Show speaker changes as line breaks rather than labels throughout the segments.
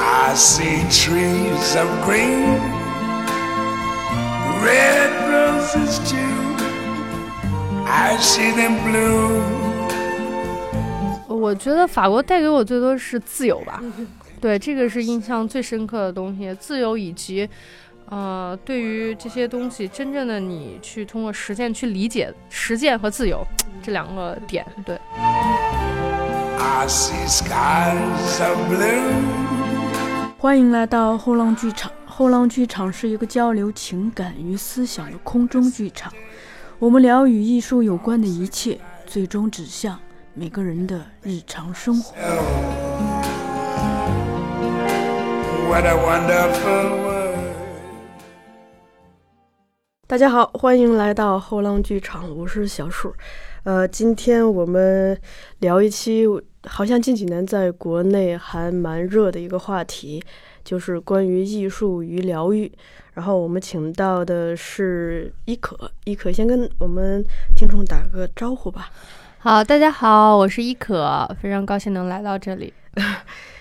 I see trees of green, red roses too. I see them bloom.
我觉得法国带给我最多是自由吧，对，这个是印象最深刻的东西，自由以及，呃，对于这些东西真正的你去通过实践去理解，实践和自由这两个点，对。
I see skies of blue.
欢迎来到后浪剧场。后浪剧场是一个交流情感与思想的空中剧场，我们聊与艺术有关的一切，最终指向每个人的日常生活。
What a wonderful world.
大家好，欢迎来到后浪剧场，我是小树。呃，今天我们聊一期好像近几年在国内还蛮热的一个话题，就是关于艺术与疗愈。然后我们请到的是一可，一可先跟我们听众打个招呼吧。
好，大家好，我是一可，非常高兴能来到这里。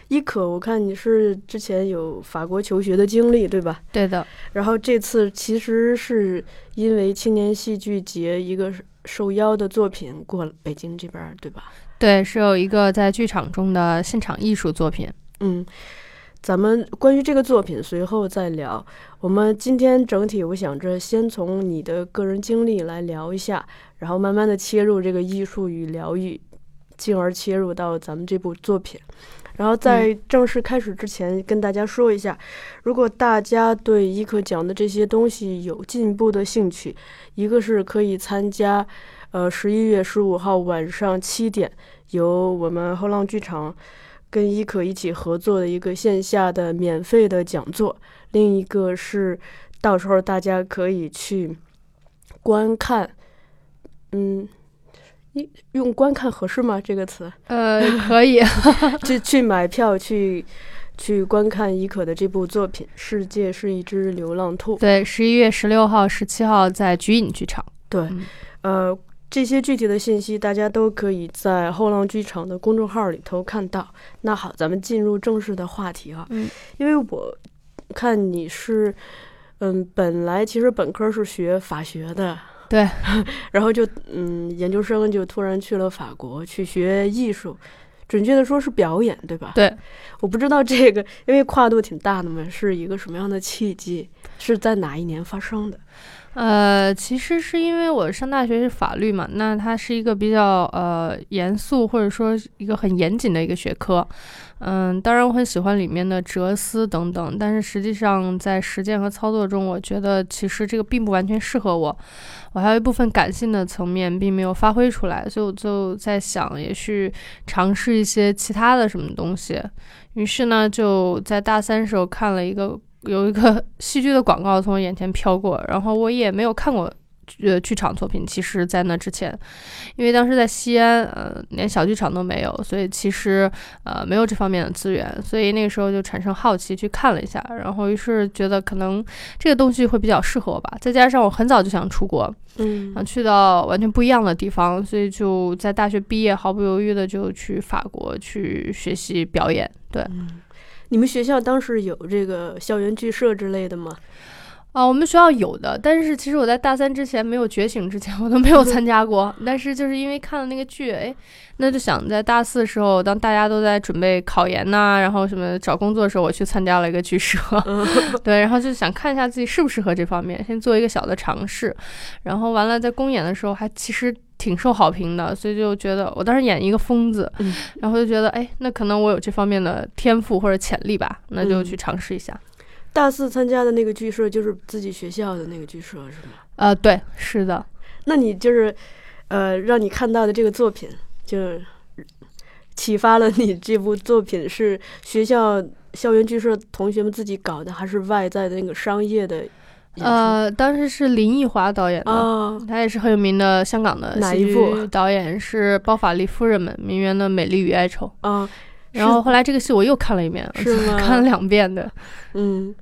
一可，我看你是之前有法国求学的经历，对吧？
对的，
然后这次其实是因为青年戏剧节一个受邀的作品过了北京这边儿，对吧？
对，是有一个在剧场中的现场艺术作品。
嗯，咱们关于这个作品随后再聊。我们今天整体我想着先从你的个人经历来聊一下，然后慢慢的切入这个艺术与疗愈，进而切入到咱们这部作品。然后在正式开始之前，跟大家说一下，如果大家对伊可讲的这些东西有进一步的兴趣，一个是可以参加，呃，十一月十五号晚上七点，由我们后浪剧场跟伊可一起合作的一个线下的免费的讲座，另一个是到时候大家可以去观看，嗯。一用“观看”合适吗？这个词？
呃，可以，
去去买票去去观看伊可的这部作品《世界是一只流浪兔》。
对，十一月十六号、十七号在菊影剧场。
对，
嗯
呃，这些具体的信息大家都可以在后浪剧场的公众号里头看到。那好，咱们进入正式的话题哈。
嗯，
因为我看你是，嗯，本来其实本科是学法学的。
对，
然后就嗯，研究生就突然去了法国去学艺术，准确的说是表演，对吧？
对，
我不知道这个，因为跨度挺大的嘛，是一个什么样的契机？是在哪一年发生的？
呃，其实是因为我上大学是法律嘛，那它是一个比较呃严肃或者说是一个很严谨的一个学科。嗯，当然我很喜欢里面的哲思等等，但是实际上在实践和操作中，我觉得其实这个并不完全适合我，我还有一部分感性的层面并没有发挥出来，所以我就在想，也许尝试一些其他的什么东西。于是呢，就在大三时候看了一个有一个戏剧的广告从我眼前飘过，然后我也没有看过呃剧场作品。其实，在那之前，因为当时在西安，呃，连小剧场都没有，所以其实呃没有这方面的资源，所以那个时候就产生好奇去看了一下，然后于是觉得可能这个东西会比较适合我吧。再加上我很早就想出国，
嗯
想去到完全不一样的地方，所以就在大学毕业毫不犹豫的就去法国去学习表演。对，
你们学校当时有这个校园剧社之类的 吗？
啊，我们学校有的，但是其实我在大三之前没有觉醒之前，我都没有参加过。但是就是因为看了那个剧，哎，那就想在大四的时候，当大家都在准备考研呐、然后什么找工作的时候，我去参加了一个剧社，
嗯
对，然后就想看一下自己适不适合这方面，先做一个小的尝试。然后完了，在公演的时候还其实。挺受好评的，所以就觉得我当时演一个疯子，
嗯
然后就觉得哎，那可能我有这方面的天赋或者潜力吧，那就去尝试一下。
大四参加的那个剧社就是自己学校的那个剧社是吗？
呃，对，是的，
那你就是，呃，让你看到的这个作品，就是启发了你这部作品是学校校园剧社同学们自己搞的，还是外在的那个商业的演出？
呃，当时是林奕华导演的，
啊，
他也是很有名的香港的
哪
戏
一
剧
部
导演，是包法利夫人们名媛的《美丽与哀愁》。
啊，
然后后来这个 戏我又看了一遍，
是吗？
看了两遍的。
嗯，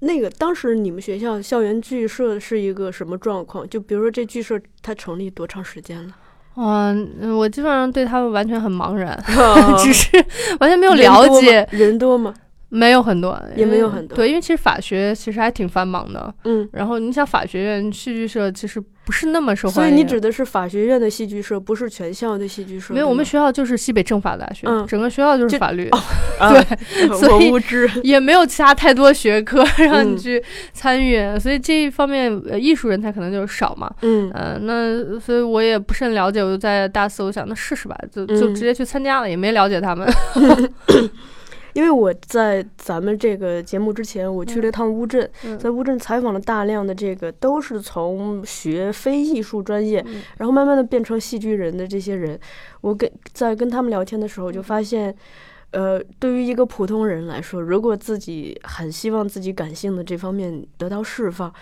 那个当时你们学校校园剧社是一个什么状况？就比如说这剧社它成立多长时 间了？
嗯，嗯我 基本上对他们完全很茫然，
啊
哦只是完全没
没
有了解。
人多吗？
没有很多，
也没有
嗯
很多
对，因为其实法学其实还挺繁忙的。
嗯，
然后你想，法学院戏剧社其实不是那么受
所
欢
以
迎。
你指的是法学院的戏剧社，不是全校的戏剧社。
没有，
对
我们
吗
学校就是西北政法大学，
嗯
整个学校就是
就
法律，
啊
所以
我 无知。
也没有其他太多学科 让你
嗯
去参与，所以这一方面，呃，艺术人才可能就是少嘛。
嗯
嗯、那所以我也不甚了解，我就在大四，我想那试试吧，就就
嗯
直接去参加了，也没了解他们。
因为我在咱们这个节目之前，我去了一趟乌镇，
嗯
在乌镇采访了大量的这个都是从学非艺术专业，
嗯
然后慢慢的变成戏剧人的这些人，我跟在跟他们聊天的
嗯
时候，就发现，呃，对于一个普通人来说，如果自己很希望自己感性的这方面得到释放。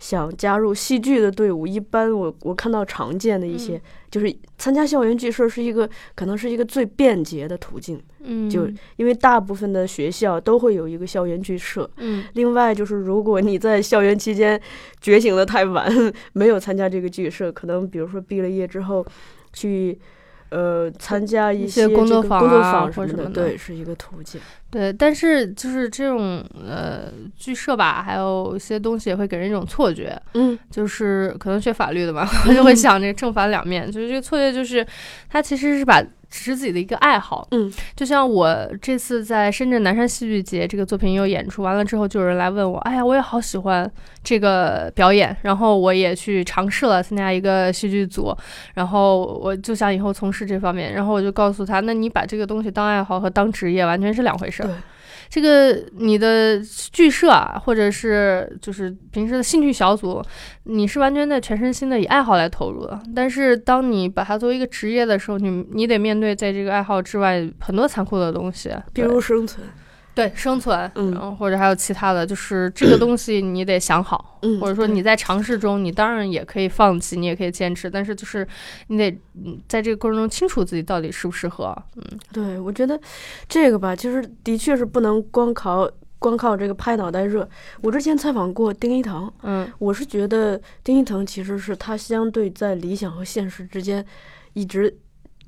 想加入戏剧的队伍，一般我我看到常见的一些，
嗯
就是参加校园剧社是一个可能是一个最便捷的途径，
嗯，
就因为大部分的学校都会有一个校园剧社。
嗯
另外就是，如果你在校园期间觉醒的太晚，没有参加这个剧社，可能比如说毕了业之后去。呃，参加一
一些
些
工作
这个
坊
工作
啊
坊
或
么
什
的，
么的
对，是一个途径。
对，但是就是这种呃剧社吧，还有一些东西也会给人一种错觉，
嗯
就是可能学法律的嘛， 我就会想这正反两面，就是这个错觉就是他其实是把只是自己的一个爱好，
嗯，
就像我这次在深圳南山戏剧节这个作品有演出完了之后，就有人来问我，哎呀，我也好喜欢这个表演，然后我也去尝试了参加一个戏剧组，然后我就想以后从事这方面，然后我就告诉他，那你把这个东西当爱好和当职业完全是两回事儿
对。
这个你的剧社啊，或者是就是平时的兴趣小组，你是完全的全身心的以爱好来投入的。但是当你把它作为一个职业的时候，你你得面对在这个爱好之外很多残酷的东西，
比如生存，
对对生存，
嗯
然后或者还有其他的，就是这个东西你得想好，
嗯，
或者说
对
你在尝试中，你当然也可以放弃，你也可以坚持，但是就是你得嗯在这个过程中清楚自己到底适不适合。嗯
对，我觉得这个吧，其实的确是不能光靠光靠这个拍脑袋热。我之前采访过丁一堂，
嗯
我是觉得丁一腾其实是他相对在理想和现实之间一直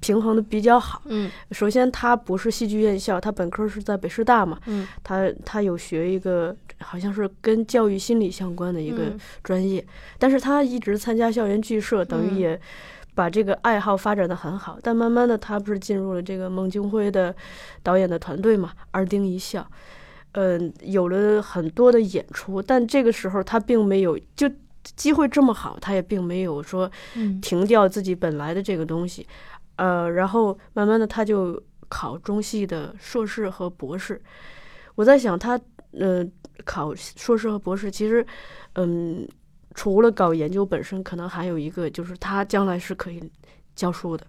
平衡的比较好。
嗯
首先，他不是戏剧院校，他本科是在北师大嘛，
嗯，
他他有学一个好像是跟教育心理相关的一个
嗯
专业，但是他一直参加校园剧社，等
嗯
于也把这个爱好发展的很好。但慢慢的，他不是进入了这个孟京辉的导演的团队嘛，《二丁一笑》。嗯，有了很多的演出，但这个时候他并没有就机会这么好，他也并没有说
嗯
停掉自己本来的这个东西，呃，然后慢慢的他就考中戏的硕士和博士。我在想他，呃，考硕士和博士其实，嗯，除了搞研究本身，可能还有一个就是他将来是可以教书的，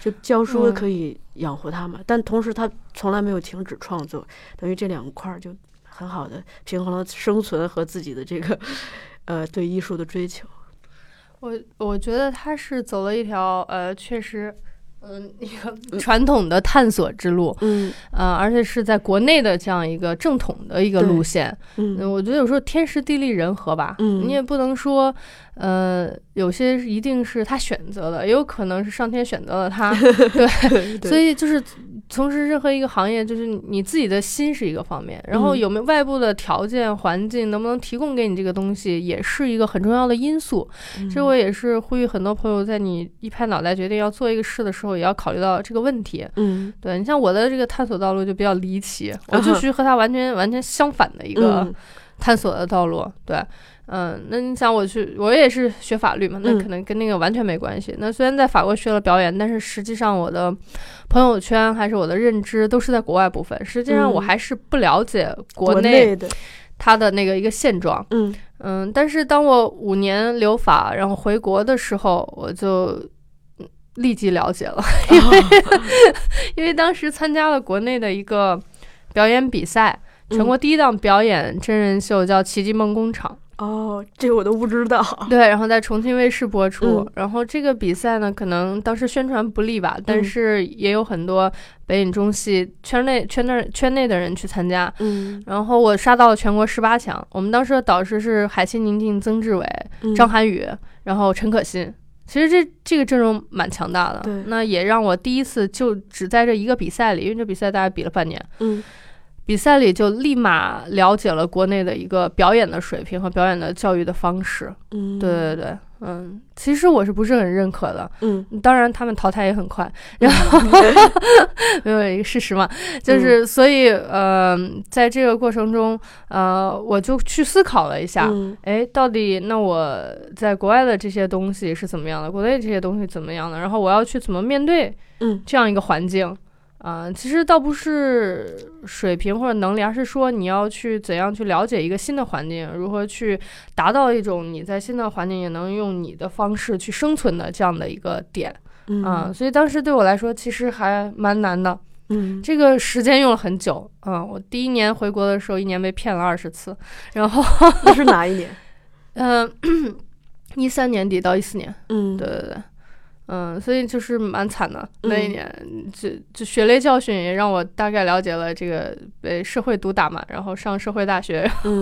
就教书
嗯
可以养活他嘛。但同时他从来没有停止创作，等于这两块儿就很好的平衡了生存和自己的这个，呃，对艺术的追求。
我我觉得他是走了一条呃，确实，嗯，一个传统的探索之路，
嗯
呃，而且是在国内的这样一个正统的一个
对
路线。
嗯
嗯，我觉得有时候天时地利人和吧，
嗯
你也不能说，呃，有些一定是他选择的，也有可能是上天选择了他，
对
所以就是从事任何一个行业，就是你自己的心是一个方面，然后
嗯
有没有外部的条件、环境能不能提供给你这个东西，也是一个很重要的因素。
嗯
这我也是呼吁很多朋友，在你一拍脑袋决定要做一个事的时候，也要考虑到这个问题。
嗯
对你像我的这个探索道路就比较离奇，我就
啊哈
是和它完全完全相反的一个
嗯
探索的道路。对，嗯，那你想我去，我也是学法律嘛，那
嗯
可能跟那个完全没关系。那虽然在法国学了表演，但是实际上我的朋友圈还是我的认知都是在国外部分，实际上我
嗯
还是不了解国
国
内
的，
它的那个一个现状。
嗯
嗯，但是当我五年留法，然后回国的时候，我就嗯立即了解了， 因为、因为当时参加了国内的一个表演比赛，
嗯
全国第一档表演真人秀叫《奇迹梦工厂》，
哦，这我都不知 道。
对，然后在重庆卫视播出。
嗯
然后这个比赛呢，可能当时宣传不利吧，但
嗯
是也有很多北影中戏圈内圈内圈内的人去参加，
嗯，
然后我杀到了全国十八强。我们当时的导师是海清、宁静、曾志伟、
嗯
张涵予，然后陈可辛。其实这这个阵容蛮强大的
对，
那也让我第一次就只在这一个比赛里，因为这比赛大概比了半年，
嗯
比赛里就立马了解了国内的一个表演的水平和表演的教育的方式。
嗯，
对对对，嗯，其实我是不是很认可的？
嗯，
当然，他们淘汰也很快，然后 没有一个事实嘛，
嗯
就是、所以，呃，在这个过程中，呃，我就去思考了一下，
嗯
哎，到底那我在国外的这些东西是怎么样的，国内这些东西怎么样的，然后我要去怎么面对
嗯
这样一个环境。啊、其实倒不是水平或者能力，而是说你要去怎样去了解一个新的环境，如何去达到一种你在新的环境也能用你的方式去生存的这样的一个点
嗯
啊、所以当时对我来说其实还蛮难的，
嗯，
这个时间用了很久。嗯，我第一年回国的时候，一年被骗了二十次，然后
那是哪 一年？
嗯， 一三年底到一四年，
嗯，
对对对，嗯，所以就是蛮惨的
嗯
那一年，就就血泪教训也让我大概了解了这个被社会毒打嘛，然后上社会大学，
嗯，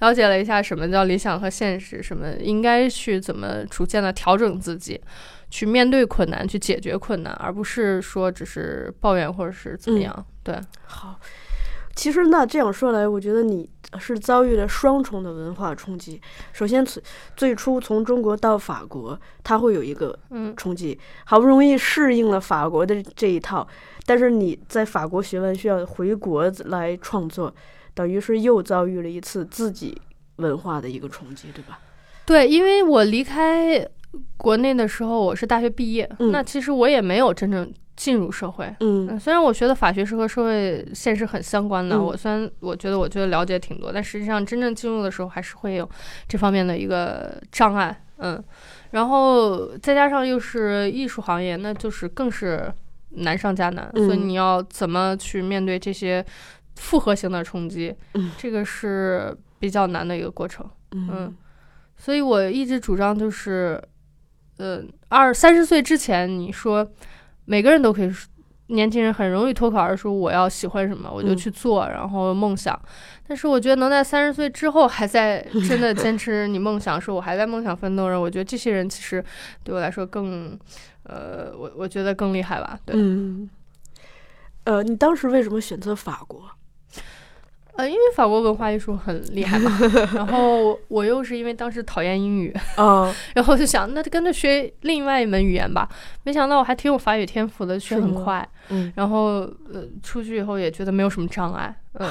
了解了一下什么叫理想和现实，什么应该去怎么逐渐的调整自己，去面对困难，去解决困难，而不是说只是抱怨或者是怎么
嗯
样，对。
好。其实那这样说来，我觉得你是遭遇了双重的文化冲击。首先，最最初从中国到法国，它会有一个
嗯
冲击，好不容易适应了法国的这一套，但是你在法国学完需要回国来创作，等于是又遭遇了一次自己文化的一个冲击，对吧？
对，因为我离开国内的时候，我是大学毕业，
嗯
那其实我也没有真正进入社会。
嗯
嗯，虽然我学的法学是和社会现实很相关的，
嗯
我虽然我觉得我觉得了解挺多，但实际上真正进入的时候还是会有这方面的一个障碍，嗯，然后再加上又是艺术行业，那就是更是难上加难，所以
嗯
你要怎么去面对这些复合型的冲击，
嗯
这个是比较难的一个过程。
嗯
嗯所以我一直主张就是，呃，二三十岁之前，你说每个人都可以说，年轻人很容易脱口而出我要喜欢什么，我就
嗯
去做，然后梦想。但是我觉得能在三十岁之后还 在真的坚持你梦想，说我还在梦想奋斗着，我觉得这些人其实对我来说更，呃，我我觉得更厉害吧。对，
嗯。呃，你当时为什么选择法国？
呃，因为法国文化艺术很厉害 嘛，然后我又是因为当时讨厌英语，
啊，
然后就想，那就跟着学另外一门语言吧。没想到我还挺有法语天赋的，学
是
很
吗
快。
嗯，
然后呃，出去以后也觉得没有什么障碍。嗯，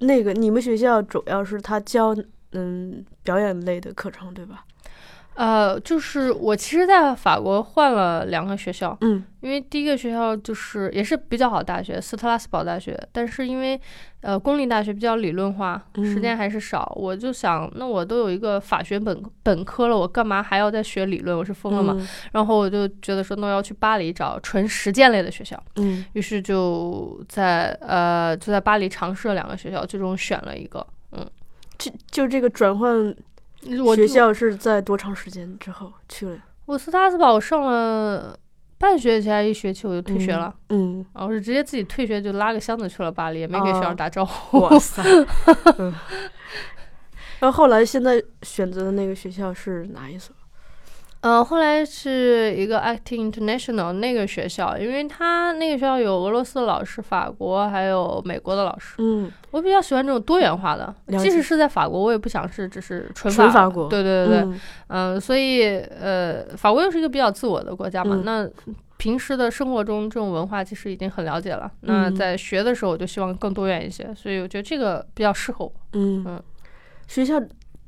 那个你们学校主要是他教嗯表演类的课程，对吧？
呃，就是我其实，在法国换了两个学校，
嗯
因为第一个学校就是也是比较好的大学，斯特拉斯堡大学，但是因为呃公立大学比较理论化，时间
嗯
还是少，我就想，那我都有一个法学本本科了，我干嘛还要再学理论？我是疯了
嗯
吗？然后我就觉得说，那我要去巴黎找纯实践类的学校。
嗯
于是就在呃就在巴黎尝试了两个学校，最终选了一个。
这就这个转换
我就
学校是在多长时间之后去了？
我斯特拉斯堡我上了半学期还是一学期我就退学了，
嗯，
啊，我是直接自己退学就拉个箱子去了巴黎，也没给学
哦
校打招呼。
哇塞！ 嗯然后后来现在选择的那个学校是哪一所？
呃，后来是一个 Acting International 那个学校，因为他那个学校有俄罗斯的老师、法国还有美国的老师，
嗯
我比较喜欢这种多元化的，
了
即
解
使是在法国，我也不想是只是纯
纯法
法
国
对对对对，
嗯
嗯，所以呃，法国又是一个比较自我的国家嘛，
嗯
那平时的生活中这种文化其实已经很了解了。那
嗯
在学的时候，我就希望更多元一些，所以我觉得这个比较适合我。
嗯
嗯
学校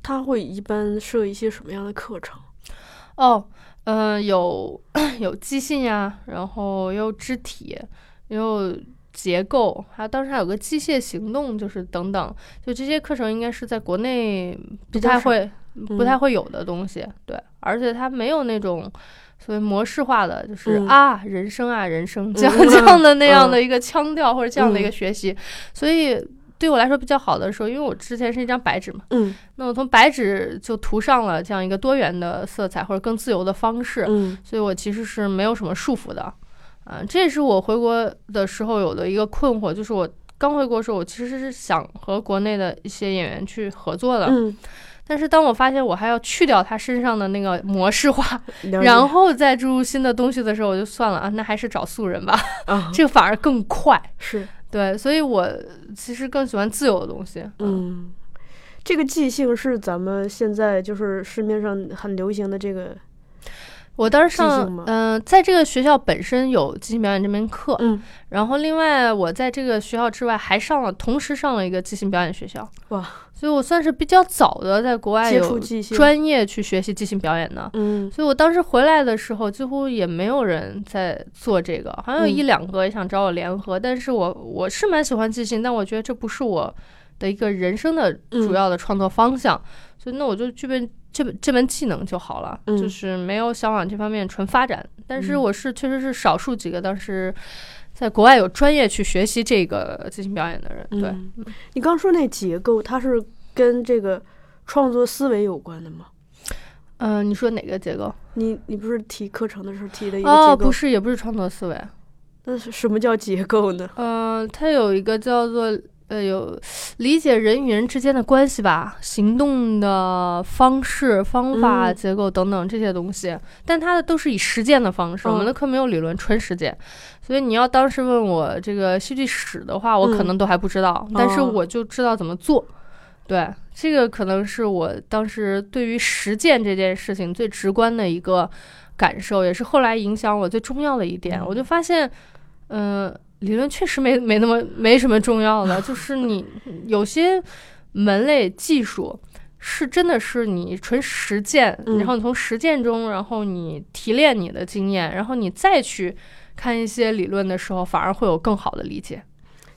它会一般设一些什么样的课程？
哦，嗯、有 有即兴呀，然后又肢体，又结构，还有当时还有个机械行动，就是等等，就这些课程应该是在国内不
比较
太
少
会、不
嗯
太会有的东西，对，而且它没有那种。所谓模式化的，就是、
嗯
啊，人生啊，人生这样、
嗯
这样的那样
嗯
的一个腔调、或者这样的一
嗯
个学习，所以对我来说比较好的时候，因为我之前是一张白纸嘛，
嗯
那我从白纸就涂上了这样一个多元的色彩或者更自由的方式，
嗯
所以我其实是没有什么束缚的。嗯、这也是我回国的时候有的一个困惑，就是我刚回国的时候，我其实是想和国内的一些演员去合作的，
嗯，
但是当我发现我还要去掉他身上的那个模式化，
嗯了解
然后再注入新的东西的时候，我就算了啊，那还是找素人吧，
啊
这个反而更快。
是
对，所以我其实更喜欢自由的东西。
嗯，这个即兴是咱们现在就是市面上很流行的这个，
我当时
即
上
兴吗，
嗯、在这个学校本身有即兴表演这门课，
嗯，
然后另外我在这个学校之外还上了，同时上了一个即兴表演学校。
哇，
所以我算是比较早的在国外
接触
有
即兴，
专业去学习即兴表演的。
嗯
所以我当时回来的时候，几乎也没有人在做这个，好像有
嗯
一两个也想找我联合，但是我我是蛮喜欢即兴，但我觉得这不是我的一个人生的
嗯
主要的创作方向，所以那我就具备这本这门技能就好了，
嗯
就是没有想往这方面纯发展。但是
嗯
我是确实是少数几个当时在国外有专业去学习这个即兴表演的人，对。
嗯，你刚说那结构，它是跟这个创作思维有关的吗？
嗯、你说哪个结构？
你你不是提课程的时候提的一个结构？
哦，不是，也不是创作思维，
那是什么叫结构呢？
嗯，它有一个叫做呃，有理解人与人之间的关系吧，行动的方式、方法、
嗯
结构等等这些东西，但它的都是以实践的方式，我们
嗯
的课没有理论，纯实践。所以你要当时问我这个戏剧史的话，我可
嗯
能都还不知道，但是
哦
我就知道怎么做。对，这个可能是我当时对于实践这件事情最直观的一个感受，也是后来影响我最重要的一点。我就发现，嗯、理论确实没没那么没什么重要的，就是 你有些门类技术。是真的是你纯实践，
嗯
然后你从实践中，然后你提炼你的经验，然后你再去看一些理论的时候，反而会有更好的理解。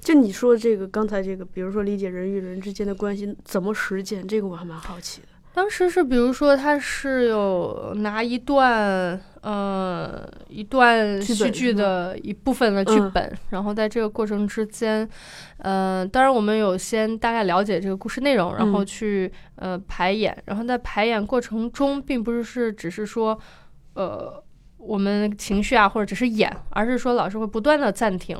就你说这个刚才这个，比如说理解人与人之间的关系怎么实践，这个我还蛮好奇的。
当时是，比如说，他是有拿一段，呃，一段
剧
戏
本
剧
是吗
的一部分的剧
嗯
本，然后在这个过程之间，呃，当然我们有先大概了解这个故事内容，然后
嗯
去、呃排演，然后在排演过程中，并不是是只是说，呃，我们情绪啊，或者只是演，而是说老师会不断的暂停，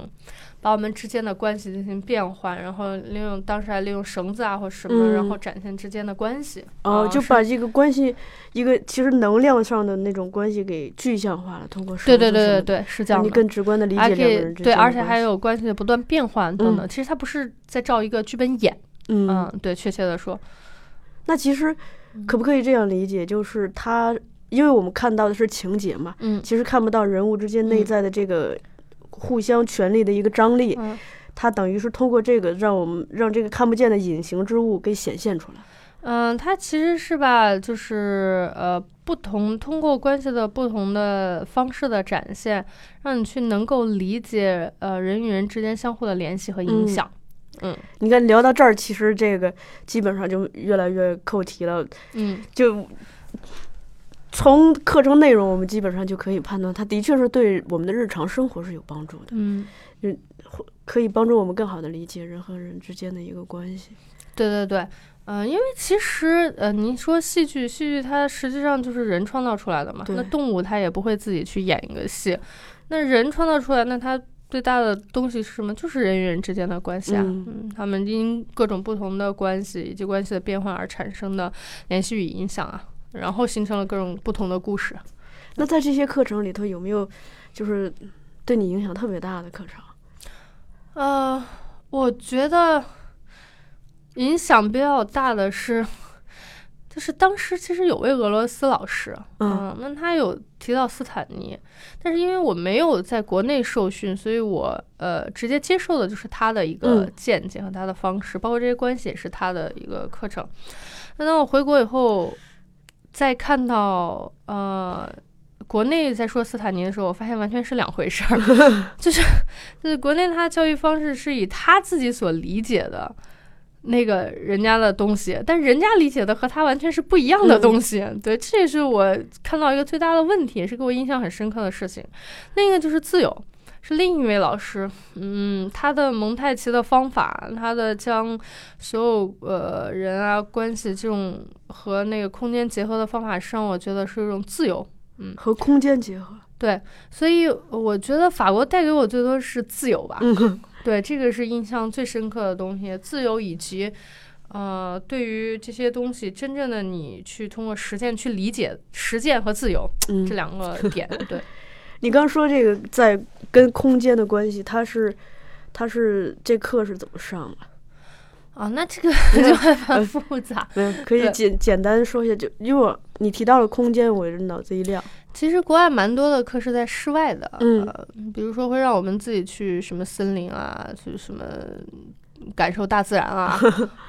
把我们之间的关系进行变换，然后利用当时还利用绳子啊或什么，
嗯
然后展现之间的关系。
哦，
啊
就是把这个关系，一个其实能量上的那种关系给具象化了，通过
对
对
对对对对，是这样
你
的。
更直观的理
还
解
可
两个
以
人之
对，
间的
而且
关
还
系
有关系的不断变换等等。其实它不是在照一个剧本演，
嗯
嗯，对，确切的说，
那其实可不可以这样理解，就是他，因为我们看到的是情节嘛，
嗯
其实看不到人物之间内
嗯
在的这个互相权力的一个张力，
嗯
它等于是通过这个让我们让这个看不见的隐形之物给显现出来。
嗯，它其实是吧，就是呃，不同通过关系的不同的方式的展现，让你去能够理解呃人与人之间相互的联系和影
嗯
响。
你看聊到这儿，其实这个基本上就越来越扣题了，
嗯，
就。从课程内容，我们基本上就可以判断，它的确是对我们的日常生活是有帮助的，
嗯，
可以帮助我们更好的理解人和人之间的一个关系。
对对对，嗯、因为其实呃，您说戏剧，戏剧它实际上就是人创造出来的嘛，那
对
动物它也不会自己去演一个戏，那人创造出来，那它。最大的东西是什么？就是人与人之间的关系啊，
嗯
嗯，他们因各种不同的关系以及关系的变换而产生的联系与影响啊，然后形成了各种不同的故事。
那在这些课程里头，有没有就是对你影响特别大的课程？
呃，我觉得影响比较大的是，就是当时其实有位俄罗斯老师，
嗯
那他有提到斯坦尼，但是因为我没有在国内受训，所以我呃直接接受的就是他的一个
嗯
见解和他的方式，包括这些关系也是他的一个课程。那当我回国以后，再看到呃国内在说斯坦尼的时候，我发现完全是两回事儿，就是就是国内他教育方式是以他自己所理解的。那个人家的东西，但人家理解的和他完全是不一样的东西。对，这也是我看到一个最大的问题，也是给我印象很深刻的事情。另一个就是自由，是另一位老师，嗯，他的蒙太奇的方法，他的将所有呃人啊关系这种和那个空间结合的方法，是让我觉得是一种自由。
和空间结合，
对，所以我觉得法国带给我最多是自由吧。
嗯，
对，这个是印象最深刻的东西，自由以及，呃，对于这些东西真正的你去通过实践去理解，实践和自由这
嗯，
两个点，对，
你刚说这个在跟空间的关系，它是他是这课是怎么上的？
啊，那 这个就还蛮
嗯
复杂。
没有，可以
对
简简单说一下，就因为我你提到了空间，我这脑子一亮。
其实国外蛮多的课是在室外的，
嗯
呃，比如说会让我们自己去什么森林啊，去什么感受大自然 啊，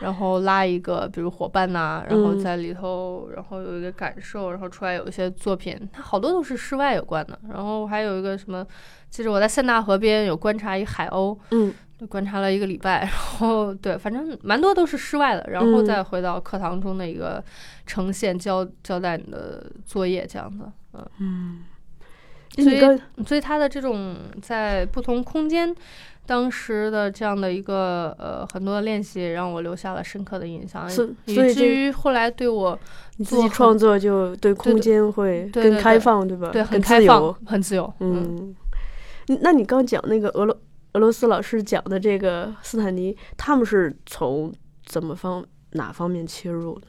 然后拉一个比如伙伴呐、然后
嗯
在里头，然后有一个感受，然后出来有一些作品，它好多都是室外有关的。然后还有一个什么，记得我在塞纳河边有观察一海鸥，
嗯，
就观察了一个礼拜，然后对，反正蛮多都是室外的，然后
嗯
再回到课堂中的一个呈现，交交代你的作业这样子，嗯。
嗯，
就
所
你
以
刚
所以它的这种在不同空间，当时的这样的一个呃很多的练习，让我留下了深刻的印象，
所
以
所以
以
这
至于后来对我
你自
做
己
很
创作就对空
对
间会
对
更
对
开
对
放，对吧？
对很
更
开
呃自
放
由。，
很自由，嗯，
嗯，你那你刚讲那个俄罗俄罗斯老师讲的这个斯坦尼，他们是从怎么方哪方面切入的？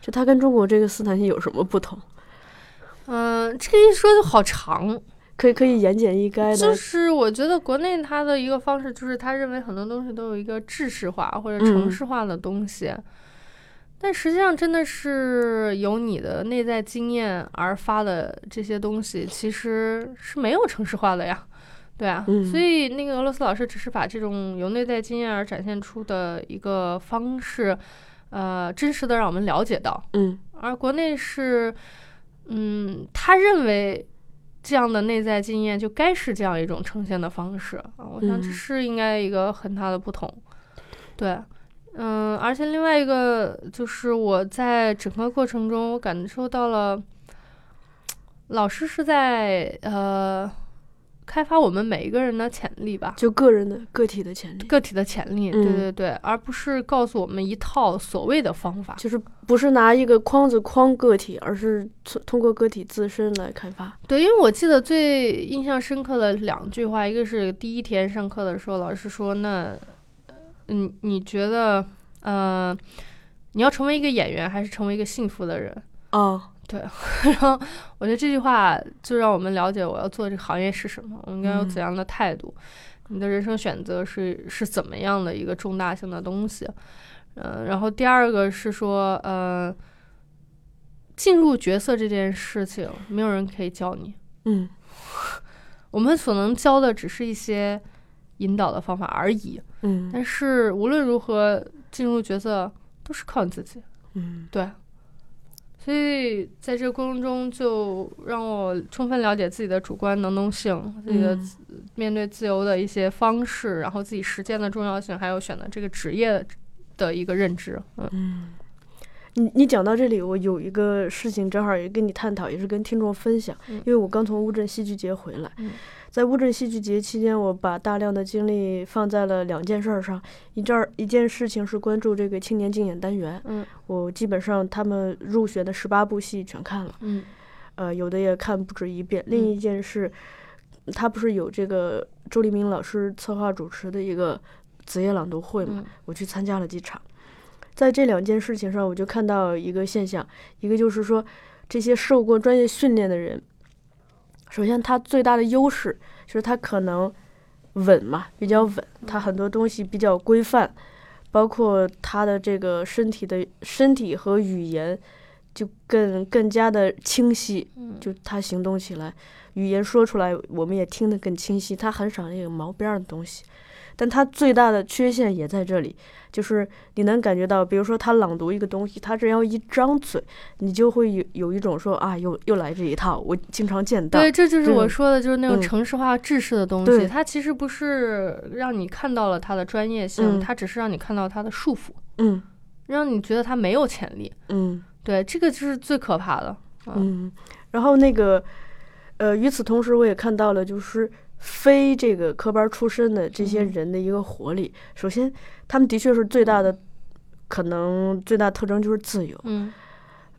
就他跟中国这个斯坦尼有什么不同？
嗯，这个一说就好长，
可以可以言简意赅
就
的，
是我觉得国内它的一个方式，就是他认为很多东西都有一个制式化或者城
嗯
市化的东西，但实际上真的是由你的内在经验而发的这些东西，其实是没有城市化的呀。对啊，
嗯
所以那个俄罗斯老师只是把这种由内在经验而展现出的一个方式，呃，真实的让我们了解到。
嗯
而国内是，嗯，他认为这样的内在经验就该是这样一种呈现的方式啊，我想这
嗯
是应该一个很大的不同，对。嗯，而且另外一个就是我在整个过程中，我感受到了老师是在呃开发我们每一个人的潜力吧，
就个人的个体的潜力，
个体的潜力，对
嗯
对对，而不是告诉我们一套所谓的方法。
就是不是拿一个框子框个体，而是从通过个体自身来开发。
对，因为我记得最印象深刻的两句话，一个是第一天上课的时候，老师说：“那，嗯，你觉得，呃，你要成为一个演员，还是成为一个幸福的人
哦，？”
然后我觉得这句话就让我们了解我要做这个行业是什么，我们应该有
嗯
怎样的态度，你的人生选择是是怎么样的一个重大性的东西。嗯、然后第二个是说，呃，进入角色这件事情，没有人可以教你。
嗯
我们所能教的只是一些引导的方法而已。
嗯
但是无论如何进入角色都是靠你自己，
嗯
对。所以在这个过程中，就让我充分了解自己的主观能动性，自己的
嗯
面对自由的一些方式，然后自己实践的重要性，还有选择这个职业的一个认知。嗯
嗯，你你讲到这里，我有一个事情正好也跟你探讨，也是跟听众分享，
嗯
因为我刚从乌镇戏剧节回来，
嗯
在乌镇戏剧节期间，我把大量的精力放在了两件事儿上，一件儿一件事情是关注这个青年竞演单元，
嗯
我基本上他们入选的十八部戏全看了，
嗯
呃，有的也看不止一遍。另
嗯
一件是，他不是有这个周黎明老师策划主持的一个子夜朗读会嘛，
嗯
我去参加了几场。在这两件事情上，我就看到一个现象，一个就是说，这些受过专业训练的人，首先他最大的优势就是他可能稳嘛，比较稳，
嗯
他很多东西比较规范，包括他的这个身体的身体和语言就更更加的清晰，
嗯，
就他行动起来，语言说出来，我们也听得更清晰。他很少那个毛边儿的东西，但他最大的缺陷也在这里，就是你能感觉到，比如说他朗读一个东西，他只要一张嘴，你就会有有一种说啊，又又来这一套，我经常见到。
对，这就是我
嗯
说的，就是那种
嗯
城市化、制式的东西。
对
它其实不是让你看到了它的专业性，
嗯
它只是让你看到它的束缚，
嗯
让你觉得它没有潜力。
嗯
对，这个就是最可怕的。
嗯。然后那个，呃，与此同时，我也看到了，就是非这个科班出身的这些
嗯
人的一个活力。首先，他们的确是最大的，可能最大特征就是自由。
嗯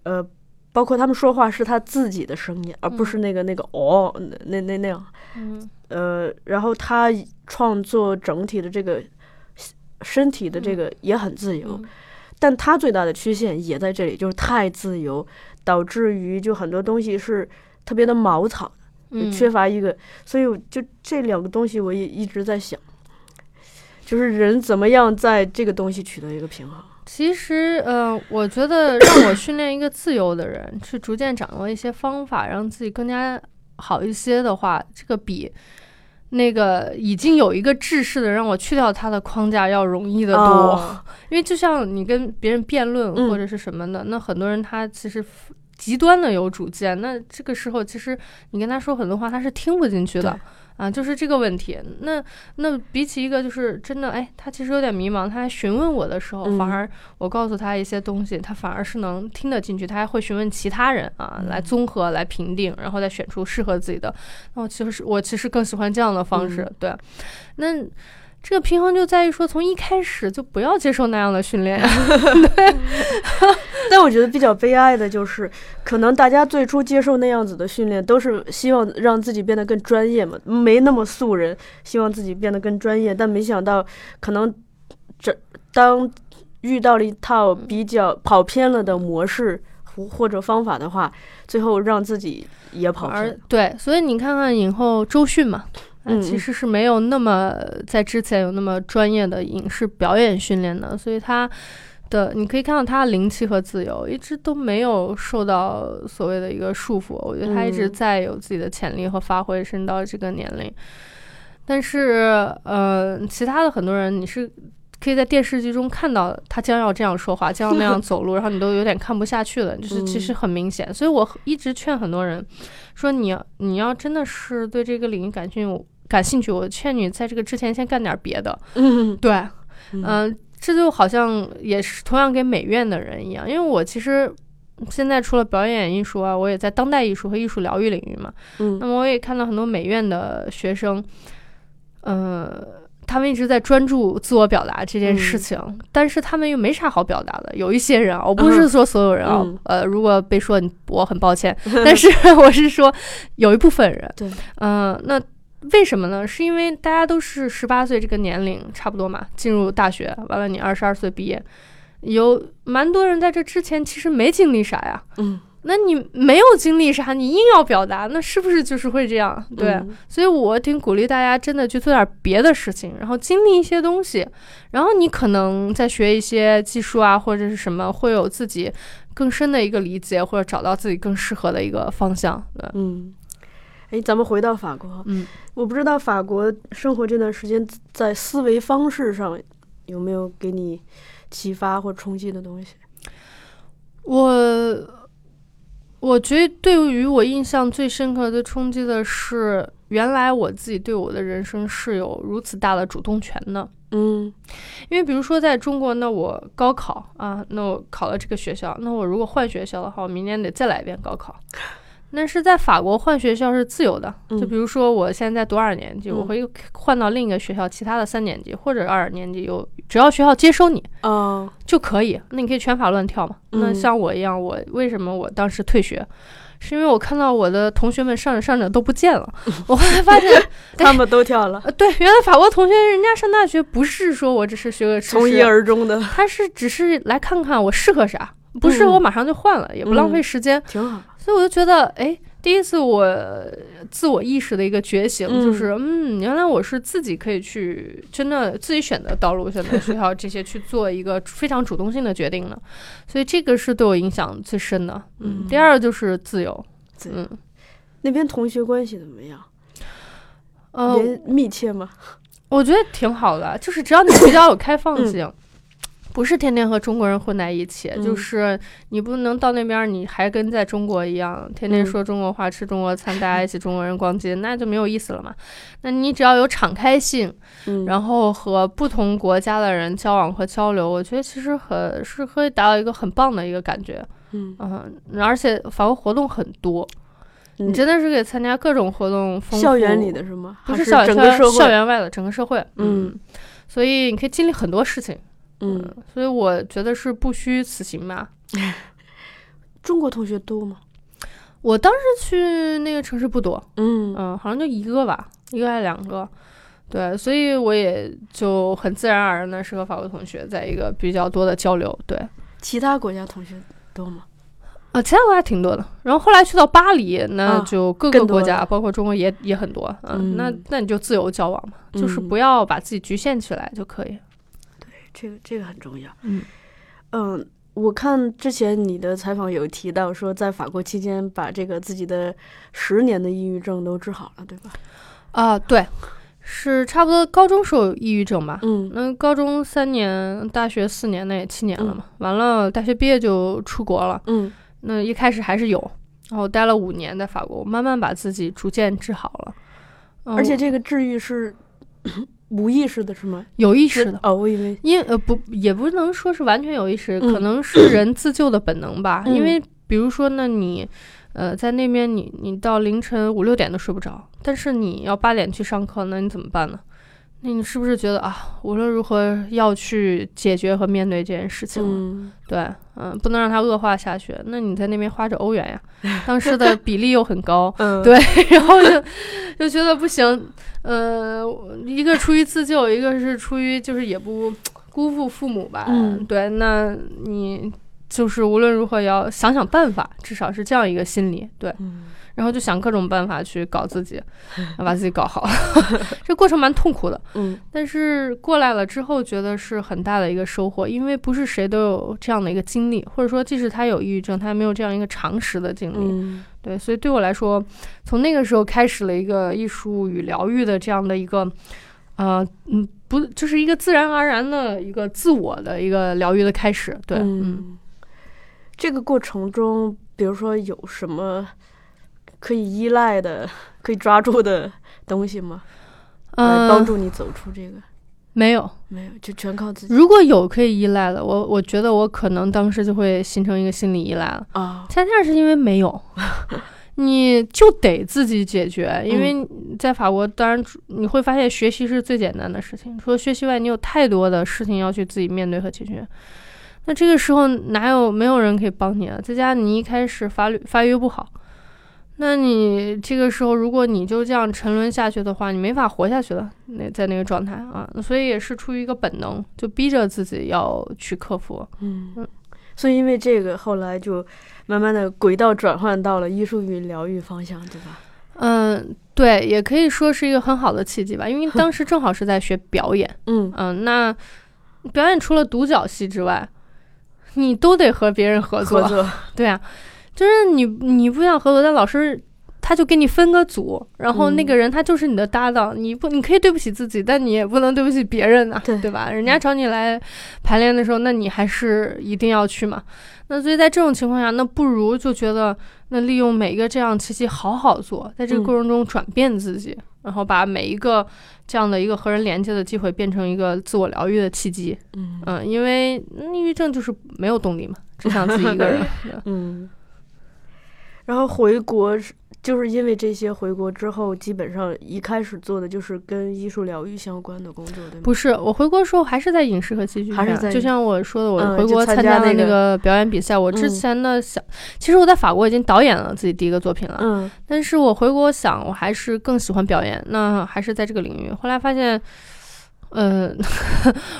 呃，包括他们说话是他自己的声音，而不
嗯
是那个那个哦，那那那那样。
嗯
呃，然后他创作整体的这个身体的这
嗯
个也很自由，
嗯
但他最大的缺陷也在这里，就是太自由，导致于就很多东西是特别的毛草，就
嗯，
缺乏一个，所以我就这两个东西我也一直在想，就是人怎么样在这个东西取得一个平衡。
其实，嗯、我觉得让我训练一个自由的人，去逐渐掌握一些方法，让自己更加好一些的话，这个比那个已经有一个制式的让我去掉它的框架要容易得多。
哦
因为就像你跟别人辩论
嗯
或者是什么的，那很多人他其实 f- 极端的有主见，那这个时候其实你跟他说很多话，他是听不进去的
对。
啊，就是这个问题。那那比起一个就是真的，哎，他其实有点迷茫，他还询问我的时候，
嗯
反而我告诉他一些东西，他反而是能听得进去，他还会询问其他人啊，来综合来评定，然后再选出适合自己的。那我其实是我其实更喜欢这样的方式，对。那这个平衡就在于说，从一开始就不要接受那样的训练。
但我觉得比较悲哀的就是，可能大家最初接受那样子的训练，都是希望让自己变得更专业嘛，没那么素人，希望自己变得更专业。但没想到，可能这当遇到了一套比较跑偏了的模式或或者方法的话，最后让自己也跑偏
而
了。
对，所以你看看影后周迅嘛，啊
嗯
其
嗯
实是没有那么在之前有那么专业的影视表演训练的，所以她的你可以看到她的灵气和自由一直都没有受到所谓的一个束缚，我觉得她一直
嗯
在有自己的潜力和发挥，甚至到这个年龄。但是，呃，其他的很多人你是。可以在电视剧中看到他将要这样说话，将要那样走路，然后你都有点看不下去了，就是其实很明显。所以我一直劝很多人，说你要你要真的是对这个领域感兴趣，感兴趣，我劝你在这个之前先干点别的。
嗯
对，嗯、
嗯
这就好像也是同样给美院的人一样，因为我其实现在除了表演艺术啊，我也在当代艺术和艺术疗愈领域嘛。那
嗯
么我也看到很多美院的学生，呃。他们一直在专注自我表达这件事
嗯
情，但是他们又没啥好表达的。有一些人啊，我不是说所有人啊，
嗯
呃，如果被说你我很抱歉，但是我是说有一部分人，
对，
嗯、那为什么呢？是因为大家都是十八岁这个年龄差不多嘛，进入大学，完了你二十二岁毕业，有蛮多人在这之前其实没经历啥呀。
嗯，
那你没有经历啥，你硬要表达，那是不是就是会这样？对，
嗯
所以我挺鼓励大家真的去做点别的事情，然后经历一些东西，然后你可能再学一些技术啊或者是什么，会有自己更深的一个理解，或者找到自己更适合的一个方向。对，
嗯，哎，咱们回到法国，
嗯，
我不知道法国生活这段时间在思维方式上有没有给你启发或冲击的东西。
我我觉得对于我印象最深刻、最冲击的是，原来我自己对我的人生是有如此大的主动权的。
嗯
因为比如说在中国，那我高考啊，那我考了这个学校，那我如果换学校的话，我明年得再来一遍高 考。但是在法国换学校是自由的，
嗯
就比如说我现在在读二年级，
嗯
我会换到另一个学校，其他的三年级或者二年级有，只要学校接收你
哦，
就可以。那你可以拳法乱跳嘛。
嗯
那像我一样，我为什么我当时退学，是因为我看到我的同学们上着上着都不见 了，我后来发现
他们都跳 了，
呃，对，原来法国同学人家上大学不是说我只是学个知识
从一而终的，
他是只是来看看我适合啥，不
嗯
适合我马上就换了，也不浪费时间。
挺好。
所以我就觉得，哎，第一次我呃自我意识的一个觉醒，
嗯
就是嗯，原来我是自己可以去真的自己选择道路，选择学校这些去做一个非常主动性的决定的。所以这个是对我影响最深的。
嗯
第二就是自由，
自由
嗯。
那边同学关系怎么样？
呃，
也密切吗？
我觉得挺好的，就是只要你比较有开放性，不是天天和中国人混在一起，
嗯
就是你不能到那边儿你还跟在中国一样，天天
嗯
说中国话、吃中国餐，大家一起中国人逛街，那就没有意思了嘛。那你只要有敞开性，
嗯后
然后和不同国家的人交往和交流，我觉得其实很是可以达到一个很棒的一个感觉。
嗯，
嗯，而且法国活动很多，你
嗯
真的是可以参加各种活动，丰
校园
富
里的是吗？
不
还
是
是
校园，
整个社会。
校园外的整个社会，
嗯，
所以你可以经历很多事情，呃
嗯，
所以我觉得是不虚此行吧。
中国同学多吗？
我当时去那个城市不多，
嗯
嗯，好像就一个吧，一个还是两个，对，所以我也就很自然而然的是和法国同学在一个比较多的交流，对，
其他国家同学多吗？
啊，前两个还挺多的，然后后来去到巴黎，那
啊
就各
更
个
多
国家，
了
包括中国也也很多。嗯，那
嗯
那你就自由交往嘛，就是
嗯
不要把自己局限起来就可以。
这个这个很重要。
嗯
嗯我看之前你的采访有提到说，在法国期间把这个自己的十年的抑郁症都治好了，对吧？
啊，对，是差不多高中时候有抑郁症吧。
嗯
那高中三年，大学四年，那也七年了嘛。完了，大学毕业就出国了。
嗯
那一开始还是有，然后待了五年在法国，我慢慢把自己逐渐治好了。嗯
而且这个治愈是 无意识的，是吗？
有意识的，
哦，我以为
因呃不也不能说是完全有意识，
嗯
可能是人自救的本能吧。
嗯
因为比如说呢，你呃在那边你你到凌晨五六点都睡不着，但是你要八点去上课，那你怎么办呢？那你是不是觉得啊，无论如何要去解决和面对这件事情了？
嗯
对，嗯、不能让它恶化下去。那你在那边花着欧元呀， 当时的比例又很高，
嗯
对然后就就觉得不行，呃，一个出于自救，一个是出于就是也不辜负父母吧，
嗯
对，那你就是无论如何也要想想办法，至少是这样一个心理，对，
嗯
然后就想各种办法去搞自己，把自己搞好， 这过程蛮痛苦的，
嗯
但是过来了之后，觉得是很大的一个收获，因为不是谁都有这样的一个经历，或者说即使他有抑郁症，他也没有这样一个常识的经历，
嗯
对，所以对我来说，从那个时候开始了一个艺术与疗愈的这样的一个，呃，嗯，不，就是一个自然而然的一个自我的一个疗愈的开始。对，嗯，
嗯，这个过程中，比如说有什么可以依赖的、可以抓住的东西吗？来
呃
帮助你走出这个？
没有。
没有，就全靠自己
如果有可以依赖的，我我觉得我可能当时就会形成一个心理依赖了。
啊。
恰恰是因为没有，你就得自己解决。因为在法国，当然你会发现学习是最简单的事情，除了学习外，你有太多的事情要去自己面对和解决。那这个时候哪有没有人可以帮你啊？再加上你一开始法律发育不好，那你这个时候如果你就这样沉沦下去的话，你没法活下去了。那在那个状态啊，所以也是出于一个本能，就逼着自己要去克服。
嗯，所以因为这个，后来就慢慢的轨道转换到了艺术与疗愈方向，对吧？
嗯，对，也可以说是一个很好的契机吧，因为当时正好是在学表 演，
嗯
嗯，那表演除了独角戏之外，你都得和别人合作，
合作，
对啊，就是你你不想合作，但老师他就给你分个组，然后那
嗯
个人他就是你的搭档，你不你可以对不起自己，但你也不能对不起别人啊，
对嗯
吧？人家找你来排练的时候，那你还是一定要去嘛。那所以在这种情况下，那不如就觉得那利用每一个这样的契机好好做，在这个
嗯
过程中转变自己，然后把每一个这样的一个和人连接的机会变成一个自我疗愈的契机。
嗯
嗯，因为嗯抑郁症就是没有动力嘛，只想自己一个 人。对
嗯。然后回国是就是因为这些回国之后，基本上一开始做的就是跟艺术疗愈相关的工作，对吗？
不是，我回国的时候还是在影视和戏剧
还是
上
在
就像我说的，我
嗯
回
就
国
参
参
加
加了
那
那
个
个表演比赛。我之
嗯
前的想，其实我在法国已经导演了自己第一个作品了，
嗯
但是我回国想，我还是更喜欢表演，那还是在这个领域。后来发现，呃，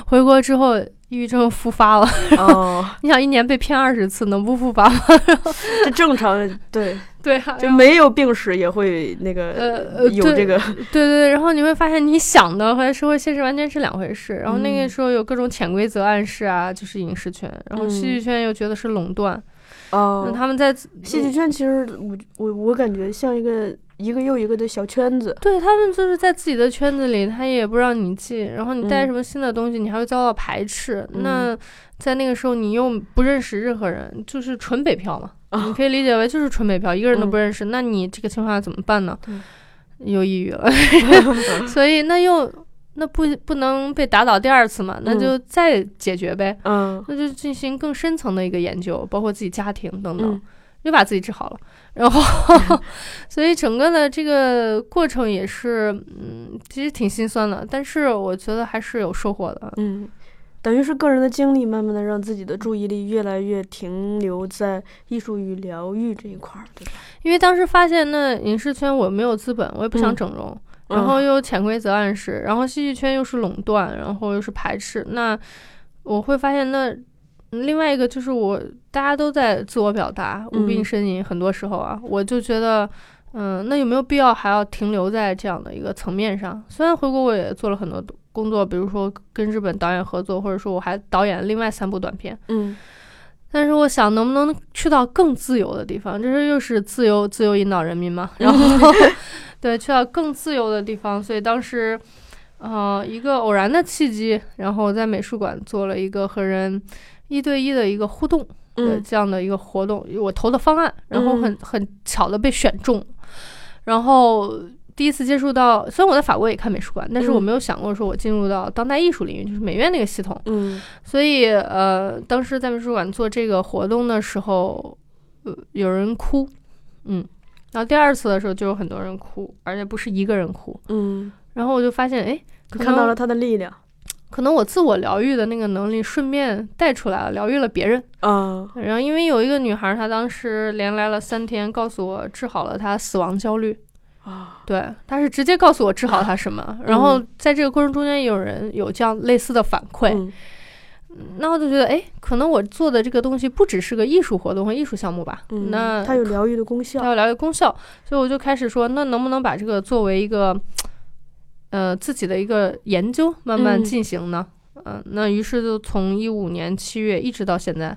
回国之后抑郁症复发了。
哦，
你想，一年被骗二十次，能不复发吗？
这正常对，
对啊，
就没有病史也会那个
呃呃
有
对
这个
对对对，然后你会发现你想的和社会现实完全是两回事。然后那个
嗯
时候有各种潜规则暗示啊，就是影视圈，然后戏剧
嗯
圈又觉得是垄断，那
哦。
他们在
戏剧圈其实我我我感觉像一个一个又一个的小圈子，
对他们就是在自己的圈子里，他也不让你进，然后你带
嗯
什么新的东西，你还会遭到排斥。那在那个时候，你又不认识任何人，就是纯北漂嘛，
哦
你可以理解为就是纯北漂，一个
嗯
人都不认识。那你这个情况下怎么办呢
对？
又抑郁 了，所以那又那不不能被打倒第二次嘛，那
嗯
就再解决呗，
嗯
那就进行更深层的一个研究，包括自己家庭等等。
嗯
又把自己治好了，然后， 所以整个的这个过程也是，嗯，其实挺心酸的，但是我觉得还是有收获的。
嗯，等于是个人的经历，慢慢的让自己的注意力越来越停留在艺术与疗愈这一块儿，对吧？
因为当时发现那影视圈我没有资本，我也不想
嗯
整容，然后又潜规则暗示，然后戏剧圈又是垄断，然后又是排斥，那我会发现那。另外一个就是我大家都在自我表达，无病
嗯
呻吟，很多时候啊，我就觉得。嗯，那有没有必要还要停留在这样的一个层面上？虽然回国我也做了很多工作，比如说跟日本导演合作，或者说我还导演了另外三部短片，
嗯
但是我想，能不能去到更自由的地方？这是又是自由，自由引导人民嘛。然 后，对，去到更自由的地方。所以当时，呃，一个偶然的契机，然后在美术馆做了一个和人一对一的一个互动的
嗯
这样的一个活动。我投的方案，然后很很巧的被选中，然后。第一次接触到，虽然我在法国也看美术馆，但是我
嗯
没有想过说我进入到当代艺术领域，就是美院那个系统。
嗯
所以呃，当时在美术馆做这个活动的时候，呃，有人哭，嗯，然后第二次的时候就有很多人哭，而且不是一个人哭，
嗯，
然后我就发现，哎，可能
你看到了他的力量
可能我自我疗愈的那个能力顺便带出来了，疗愈了别人。
啊，
然后因为有一个女孩儿，她当时连来了三天，告诉我治好了她死亡焦虑。
啊，
对，她是直接告诉我治好她什么，然后在这个过程中间，有人有这样类似的反馈，
嗯
那我就觉得，哎，可能我做的这个东西不只是个艺术活动和艺术项目吧，
嗯，
那
它有疗愈的功效
它，要疗愈功效，所以我就开始说，那能不能把这个作为一个，呃，自己的一个研究，慢慢
嗯
进行呢？嗯、那于是就从一五年七月一直到现在，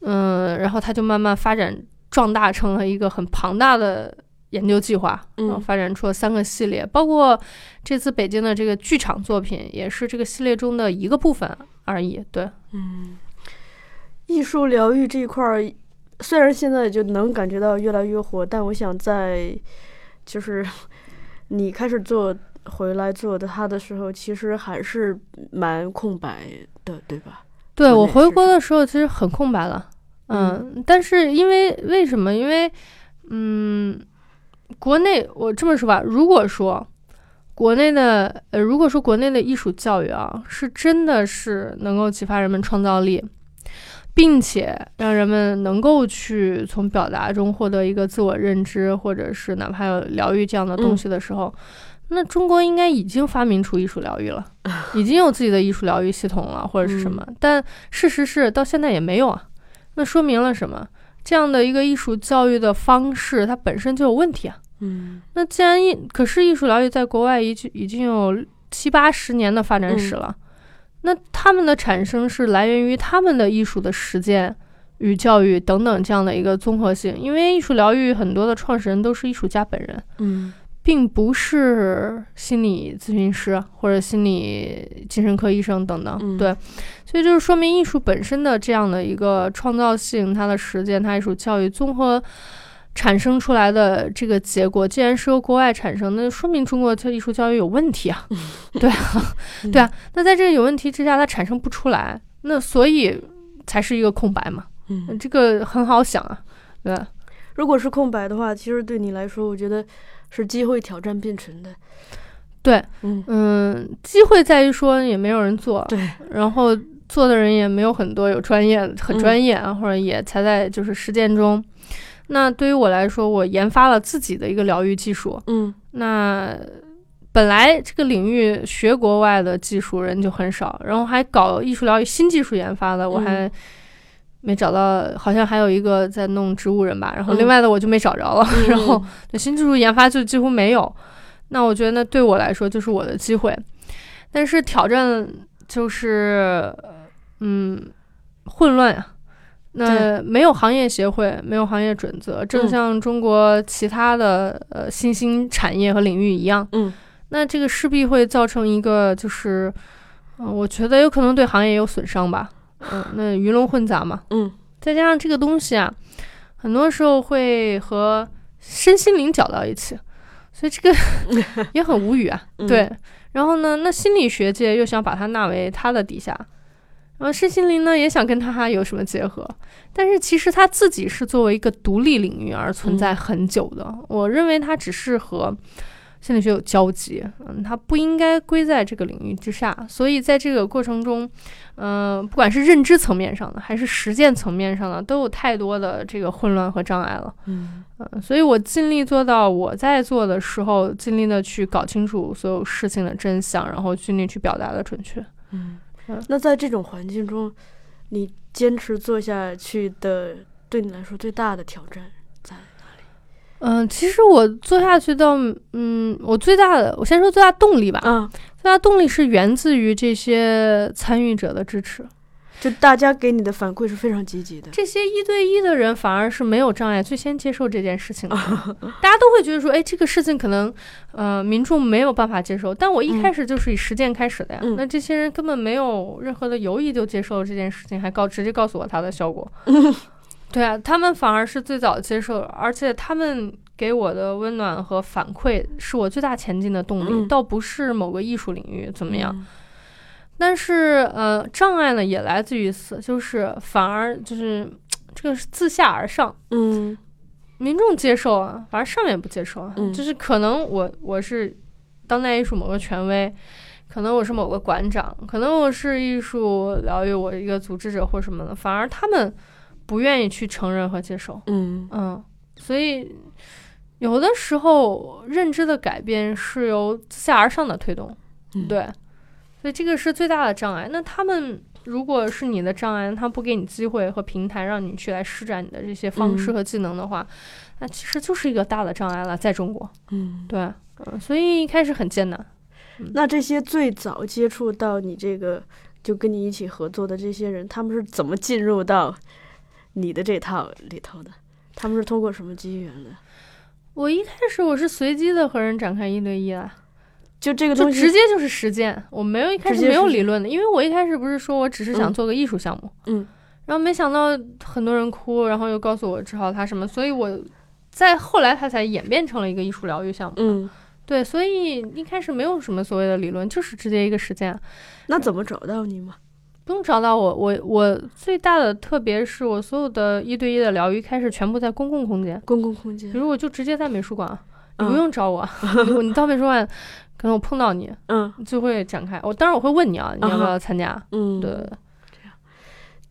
嗯、然后它就慢慢发展壮大成了一个很庞大的研究计划，
嗯
然后发展出了三个系列，包括这次北京的这个剧场作品，也是这个系列中的一个部分而已，对。
嗯，艺术疗愈这一块儿，虽然现在就能感觉到越来越火，但我想在就是你开始做回来做的它的时候，其实还是蛮空白的，对吧？
对
国
我
内
回
市
国
场
的时候其实很空白了，嗯，但是因为为什么？因为嗯，国内我这么说吧，如果说国内的呃，如果说国内的艺术教育啊，是真的是能够激发人们创造力。并且让人们能够去从表达中获得一个自我认知，或者是哪怕有疗愈这样的东
嗯
西的时候，那中国应该已经发明出艺术疗愈了。已经有自己的艺术疗愈系统了，或者是什么，但事实是到现在也没有啊。那说明了什么？这样的一个艺术教育的方式，它本身就有问题啊。
嗯
那既然艺，可是艺术疗愈在国外已经已经有七八十年的发展史了，那他们的产生是来源于他们的艺术的实践与教育等等这样的一个综合性。因为艺术疗愈很多的创始人都是艺术家本人，
嗯
并不是心理咨询师或者心理精神科医生等等，
嗯
对，所以就是说明艺术本身的这样的一个创造性，它的实践，它艺术教育综合产生出来的这个结果，既然是由国外产生，那就说明中国这艺术教育有问题 啊，对啊，
嗯
对啊，那在这个有问题之下，它产生不出来，那所以才是一个空白嘛，
嗯，
这个很好想啊，对吧，
如果是空白的话，其实对你来说，我觉得是机会挑战并存的。
对。
嗯
嗯，机会在于说也没有人做，
对，
然后做的人也没有很多，有专业很
嗯
专业啊，或者也才在就是实践中。那对于我来说，我研发了自己的一个疗愈技术。
嗯
那本来这个领域学国外的技术人就很少，然后还搞艺术疗愈新技术研发的，
嗯
我还没找到，好像还有一个在弄植物人吧，然后
嗯
另外的我就没找着了，然后对新技术研发就几乎没有。那我觉得那对我来说就是我的机会，但是挑战就是，嗯，混乱呀、那没有行业协会，没有行业准则，正
嗯
像中国其他的、呃新兴产业和领域一样，
嗯，
那这个势必会造成一个就是，嗯、我觉得有可能对行业有损伤吧，嗯、那鱼龙混杂嘛，
嗯
再加上这个东西啊，很多时候会和身心灵搅到一起，所以这个也很无语啊。
嗯
对，然后呢，那心理学界又想把它纳为它的底下，然后身心灵呢也想跟它有什么结合，但是其实它自己是作为一个独立领域而存在很久的，我认为它只是和。心理学有交集，嗯，它不应该归在这个领域之下，所以在这个过程中，嗯，不管是认知层面上的，还是实践层面上的，都有太多的这个混乱和障碍了。
嗯
嗯，所以我尽力做到我在做的时候，尽力的去搞清楚所有事情的真相，然后尽力去表达的准确。
嗯嗯。那在这种环境中，你坚持做下去的，对你来说最大的挑战在
嗯，其实我做下去的，嗯，我最大的，我先说最大动力吧。
啊，
最大动力是源自于这些参与者的支持。
就大家给你的反馈是非常积极的。
这些一对一的人反而是没有障碍，最先接受这件事情的， 大家都会觉得说，哎，这个事情可能，呃，民众没有办法接受。但我一开始就是以实践开始的呀，
嗯
那这些人根本没有任何的犹疑就接受了这件事情，还告直接告诉我它的效 果。对啊，他们反而是最早接受，而且他们给我的温暖和反馈是我最大前进的动力，
嗯
倒不是某个艺术领域怎么样。
嗯？
但是呃，障碍呢也来自于此，就是反而就是这个是自下而上，
嗯
民众接受啊，反而上面不接受啊，
嗯
就是可能我我是当代艺术某个权威。可能我是某个馆长，可能我是艺术疗愈我一个组织者或什么的，反而他们不愿意去承认和接受，
嗯
嗯，所以有的时候认知的改变是由自下而上的推动，
嗯，
对，所以这个是最大的障碍。那他们如果是你的障碍，他不给你机会和平台让你去来施展你的这些方式
嗯
和技能的话，那其实就是一个大的障碍了，在中国。
嗯。
对，嗯、所以一开始很艰难。
那这些最早接触到你这个，就跟你一起合作的这些人，他们是怎么进入到你的这套里头的？他们是通过什么机缘的？
我一开始我是随机的和人展开一对一啊，
就这个
就
东西，
直接就是实践，我没有一开
直
始
接
没有
实践
理论的，因为我一开始不是说我只是想
嗯
做个艺术项目，
嗯，
然后没想到很多人哭，然后又告诉我治好他什么，所以我在后来它才演变成了一个艺术疗愈项目。
嗯，
对，所以一开始没有什么所谓的理论，就是直接一个实践，
那怎么找到你嘛？
不用找到我。我我最大的特别是我所有的一对一的疗愈开始全部在公共空间，
公共空
比
间，
如我就直接在美术馆，啊你
嗯
不用找我，啊 你你到美术馆，可能我碰到你
嗯
就会展开。我当然我会问你啊，你要不要参加？
嗯，
对，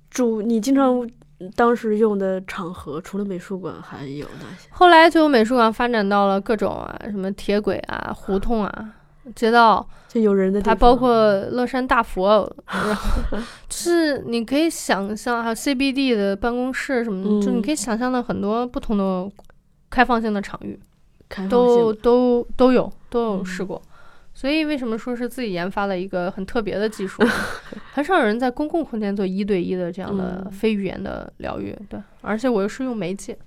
主你经常当时用的场合，除了美术馆，还有哪些？
后来就美术馆发展到了各种啊，什么铁轨啊、胡同啊、街道，
就有人的地
还
方，嗯
包括乐山大佛，然后 就是你可以想象，还有 CBD 的办公室什么的，
嗯
就你可以想象的很多不同的开放性的场域
开放
都
性的
都都有都有
嗯
试过。所以为什么说是自己研发了一个很特别的技 术？很少有人在公共空间做一对一的这样的
嗯
非语言的疗愈，对，而且我又是用媒介，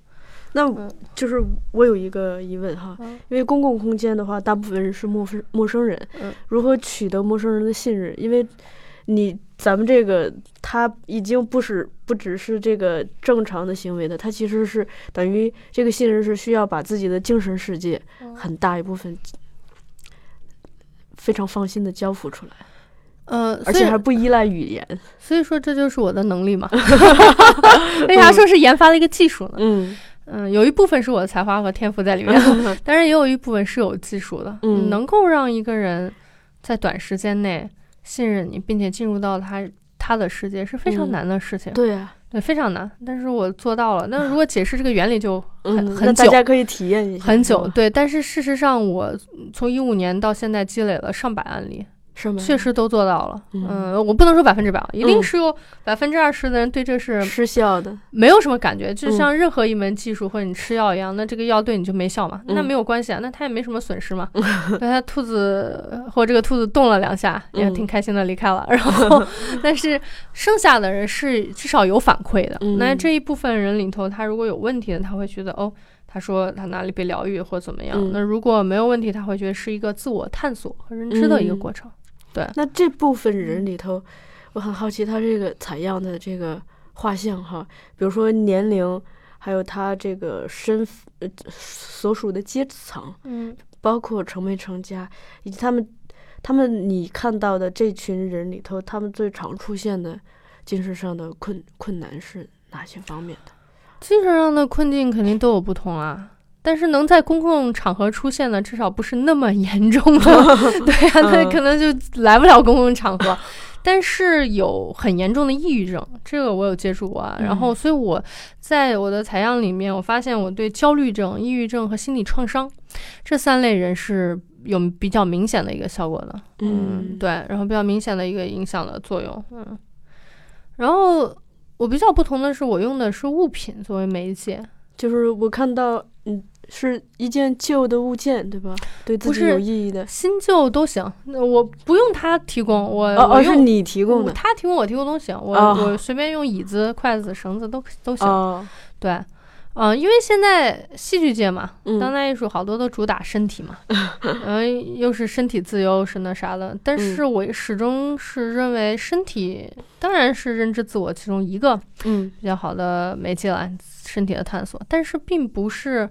那
嗯
就是我有一个疑问哈，
嗯
因为公共空间的话，大部分人是陌生陌生人，
嗯
如何取得陌生人的信任？因为你咱们这个他已经不是不只是这个正常的行为的，他其实是等于这个信任是需要把自己的精神世界
嗯
很大一部分非常放心的交付出来，
嗯、呃，
而
所以
且还不依赖语言。
所以说这就是我的能 力嘛。为啥说是研发了一个技术呢？
嗯
嗯，有一部分是我的才华和天赋在里 面，当然也有一部分是有技术的，
嗯
能够让一个人在短时间内信任你，并且进入到他他的世界是非常
嗯
难的事情，
对啊，
对，非常难。但是我做到 了。那如果解释这个原理就很、
嗯，那
很
大
久
家可以体验一下，嗯
很 久，
是吧
对。但是事实上，我从一五年到现在积累了上百案例，
是吗？
确实都做到了。
嗯
我不能说百分之百，啊一定
嗯
是有百分之二十的人对这是
失效的，
没有什么感觉，就
嗯
像任何一门技术或者你吃药一样，那这个药对你就没效嘛，
嗯
那没有关系啊，那它也没什么损失 嘛。那它兔子或这个兔子动了两下，也
嗯
挺开心的离开了。 然后， 但是剩下的人是至少有反馈的。
嗯
那这一部分人里头，他如果有问题的，他会觉得哦，他说他哪里被疗愈或怎么样。
嗯
那如果没有问题，他会觉得是一个自我探索和认知的
嗯
一个过程。
那这部分
嗯
人里头，我很好奇他这个采样的这个画像哈，比如说年龄，还有他这个身份呃所属的阶层，
嗯
包括成没成家，以及他们他们你看到的这群人里头，他们最常出现的精神上的困困难是哪些方面的？
精神上的困境肯定都有不同啊，但是能在公共场合出现的，至少不是那么严重的。对啊，那
嗯
可能就来不了公共场合。但是有很严重的抑郁症，这个我有接触过啊。然后，所以我在我的采样里面，我发现我对焦虑症、抑郁症和心理创伤这三类人是有比较明显的一个效果的。
嗯
对，然后比较明显的一个影响的作用，嗯。然后我比较不同的是，我用的是物品作为媒介，
就是我看到，嗯，是一件旧的物件，对吧？对自
不
己
是
有意义的。
新旧都行。那我不用他提供，我
哦
呃我
哦，是
用
你提供的。
他提供我提供都行，我、
哦
我随便用椅子、筷子、绳子都都行。
哦，
对，嗯、因为现在戏剧界嘛，
嗯
当代艺术好多都主打身体 嘛，嗯、又是身体自由是那啥的，但
嗯
是我始终是认为身体当然是认知自我其中一个
嗯，
比较好的媒介了，身体的探索，但是并不是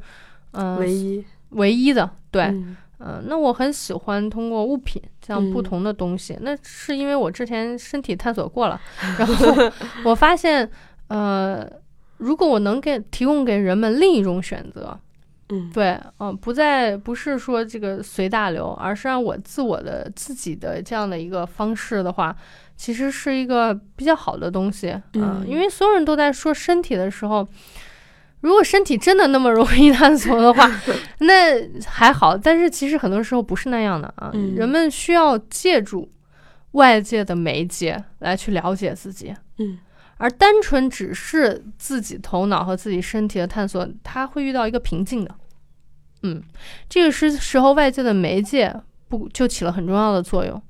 嗯、呃
唯一。
唯一的，对，
嗯
嗯、那我很喜欢通过物品这样不
嗯
同的东西，那是因为我之前身体探索 过了，然后我发现，呃，如果我能给提供给人们另一种选择，
嗯
对，嗯、不再不是说这个随大流，而是让我自我的自己的这样的一个方式的话，其实是一个比较好的东西，
嗯
因为所有人都在说身体的时候。如果身体真的那么容易 探索的 话，那还好。但是其实很多时候不是那样的啊，
嗯
人们需要借助外界的媒介来去了解自己。
嗯，
而单纯只是自己头脑和自己身体的探索，他会遇到一个瓶颈的。嗯，这个时时候外界的媒介不就起了很重要的作用。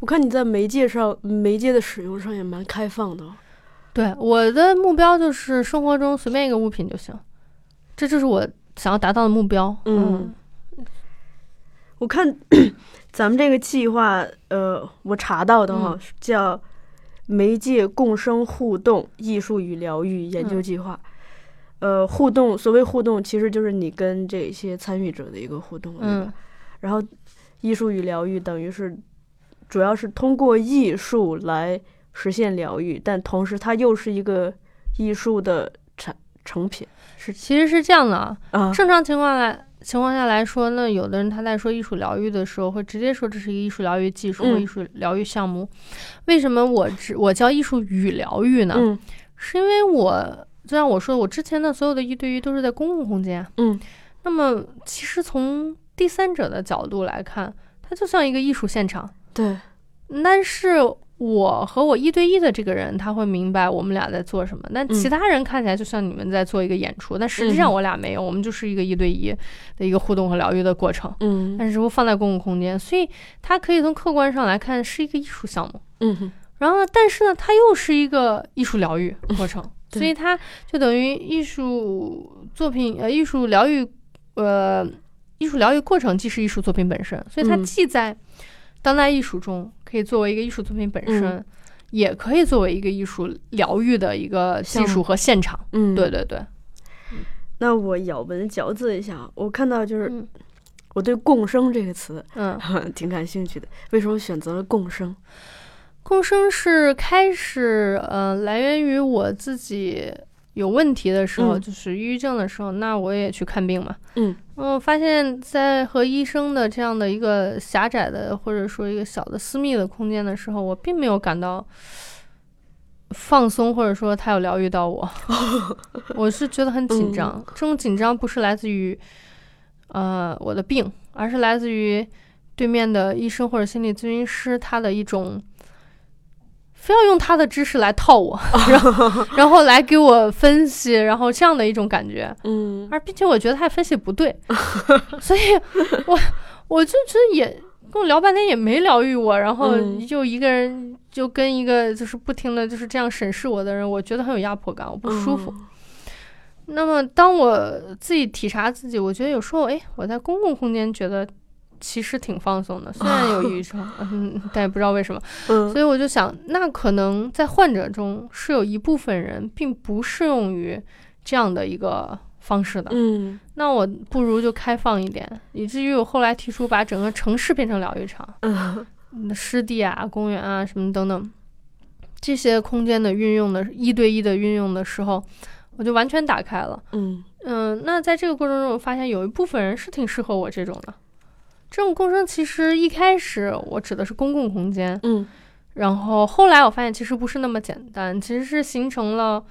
我看你在媒介上、媒介的使用上也蛮开放的哦。
对，我的目标就是生活中随便一个物品就行，这就是我想要达到的目标。
嗯，我看 咱们这个计划，呃，我查到的哈、
嗯
叫“媒介共生互动艺术与疗愈研
嗯
究计划”呃，互动，所谓互动，其实就是你跟这些参与者的一个互动，对吧
嗯，
然后，艺术与疗愈等于是，主要是通过艺术来实现疗愈，但同时它又是一个艺术的产成品
其实是这样的啊，
啊。
正常情况来情况下来说，那有的人他在说艺术疗愈的时候，会直接说这是一个艺术疗愈技术或
嗯
艺术疗愈项目。为什么我只我叫艺术与疗愈呢？
嗯
是因为我就像我说的，我之前的所有的一对一都是在公共空间。
嗯，
那么其实从第三者的角度来看，它就像一个艺术现场。
对，
但是我和我一对一的这个人，他会明白我们俩在做什么。但其他人看起来就像你们在做一个演出，但实际上
嗯
我俩没有，我们就是一个一对一的一个互动和疗愈的过程。
嗯
但是如果放在公共空间，所以它可以从客观上来看是一个艺术项目。
嗯哼
然后呢，但是呢，它又是一个艺术疗愈过程，
嗯 对
所以它就等于艺术作品，呃，艺术疗愈，呃，艺术疗愈过程既是艺术作品本身，所以它
嗯
既在当代艺术中可以作为一个艺术作品本身，
嗯
也可以作为一个艺术疗愈的一个技
项
术
目
和现场。
嗯，
对。对对，
那我咬文嚼字一下啊，我看到就是
嗯
我对“共生”这个词
嗯，
挺感兴趣的，为什么选择了共生？
共生是开始，呃，来源于我自己有问题的时候，
嗯
就是抑郁症的时候，那我也去看病嘛。
嗯，
我发现，在和医生的这样的一个狭窄的，或者说一个小的私密的空间的时候，我并没有感到放松，或者说他有疗愈到我。我是觉得很紧张，这种紧张不是来自于呃我的病，而是来自于对面的医生或者心理咨询师他的一种。非要用他的知识来套我， 然后然后来给我分析，然后这样的一种感觉，
嗯
而并且我觉得他分析不对，所以我我就觉得也跟我聊半天也没疗愈我，然后
嗯
就一个人就跟一个就是不停的就是这样审视我的人，我觉得很有压迫感，我不舒
嗯
服。那么当我自己体察自己，我觉得有时候哎，我在公共空间觉得其实挺放松的，虽然有抑郁症，嗯，但也不知道为什么。
嗯
所以我就想，那可能在患者中是有一部分人并不适用于这样的一个方式的。
嗯
那我不如就开放一点，以至于我后来提出把整个城市变成疗愈场，
嗯
嗯湿地啊、公园啊什么等等，这些空间的运用的一对一的运用的时候，我就完全打开了。
嗯
嗯，那在这个过程中，我发现有一部分人是挺适合我这种的。这种共生其实一开始我指的是公共空间，
嗯
然后后来我发现其实不是那么简单，其实是形成了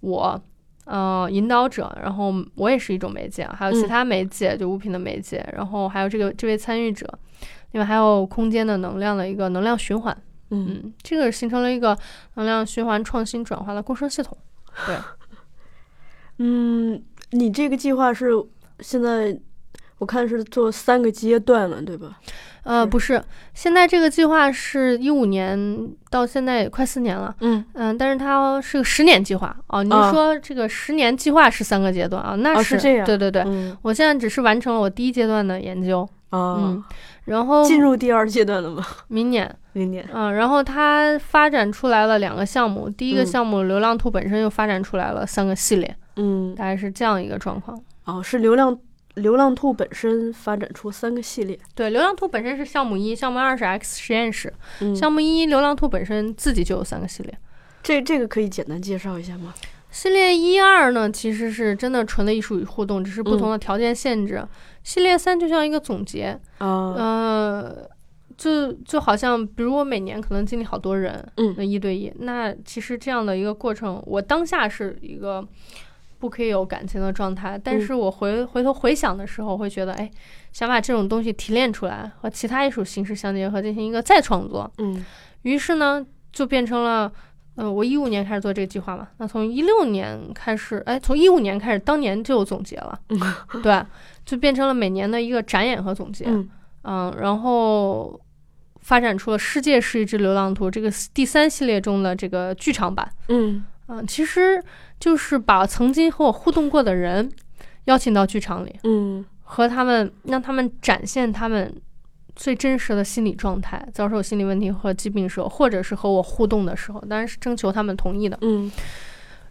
我，呃，引导者，然后我也是一种媒介，啊还有其
嗯
他媒介，就物品的媒介，然后还有这个这位参与者，另外还有空间的能量的一个能量循环，
嗯，
嗯，这个形成了一个能量循环创新转化的共生系统。
嗯，你这个计划是现在我看是做三个阶段了，对吧？
呃，
是
不是，现在这个计划是一五年到现在也快四年了，
嗯，
嗯、但是它是个十年计划哦。您
啊
说这个十年计划是三个阶段啊？那
哦
是,、
是这样
对对对，
嗯
我现在只是完成了我第一阶段的研究，
啊
嗯，，然后
进入第二阶段了吗？
明年，
明年
嗯，然后它发展出来了两个项目，第一个
嗯
项目《流浪兔》本身又发展出来了三个系列，
嗯
大概是这样一个状况。
哦，是流浪流浪兔本身发展出三个系列，
对，《流浪兔》本身是项目一，项目二是 X 实验室，
嗯
项目一《流浪兔》本身自己就有三个系列。
这这个可以简单介绍一下吗？
系列一二呢，其实是真的纯的艺术与互动，只是不同
嗯
的条件限制。系列三就像一个总结，
啊，
呃，就就好像比如我每年可能经历好多人，
嗯
那一对一，那其实这样的一个过程，我当下是一个不可以有感情的状态，但
嗯
是我回回头回想的时候，会觉得，哎，想把这种东西提炼出来，和其他艺术形式相结合，进行一个再创作，
嗯
于是呢，就变成了，呃，我一五年开始做这个计划嘛，那从一六年开始，哎，从一五年开始，当年就有总结了，对，就变成了每年的一个展演和总结，
嗯
嗯然后发展出了《世界是一只流浪兔》这个第三系列中的这个剧场版，
嗯
嗯，其实就是把曾经和我互动过的人邀请到剧场里，
嗯
和他们让他们展现他们最真实的心理状态，遭受心理问题和疾病时候，或者是和我互动的时候，当然是征求他们同意的，
嗯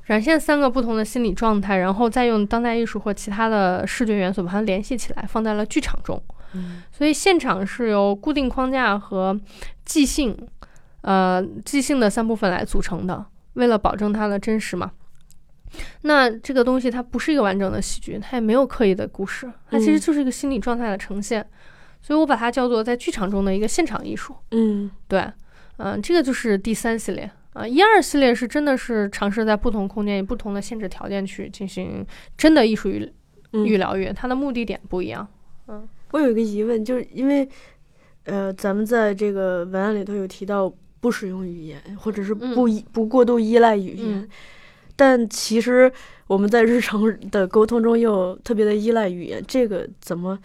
展现三个不同的心理状态，然后再用当代艺术或其他的视觉元素把它联系起来，放在了剧场中。
嗯
所以现场是由固定框架和即兴，呃，即兴的三部分来组成的。为了保证它的真实嘛，那这个东西它不是一个完整的戏剧，它也没有刻意的故事，它其实
嗯
就是一个心理状态的呈现。所以我把它叫做在剧场中的一个现场艺术。
嗯
对，嗯、这个就是第三系列啊，一二系列是真的是尝试在不同空间、以不同的限制条件去进行真的艺术与
嗯
与疗愈，它的目的点不一样。
我有一个疑问，就是因为，呃，咱们在这个文案里头有提到不使用语言，或者是
嗯
不依、不过度依赖语言，
嗯
但其实我们在日常的沟通中又特别的依赖语言，这个怎么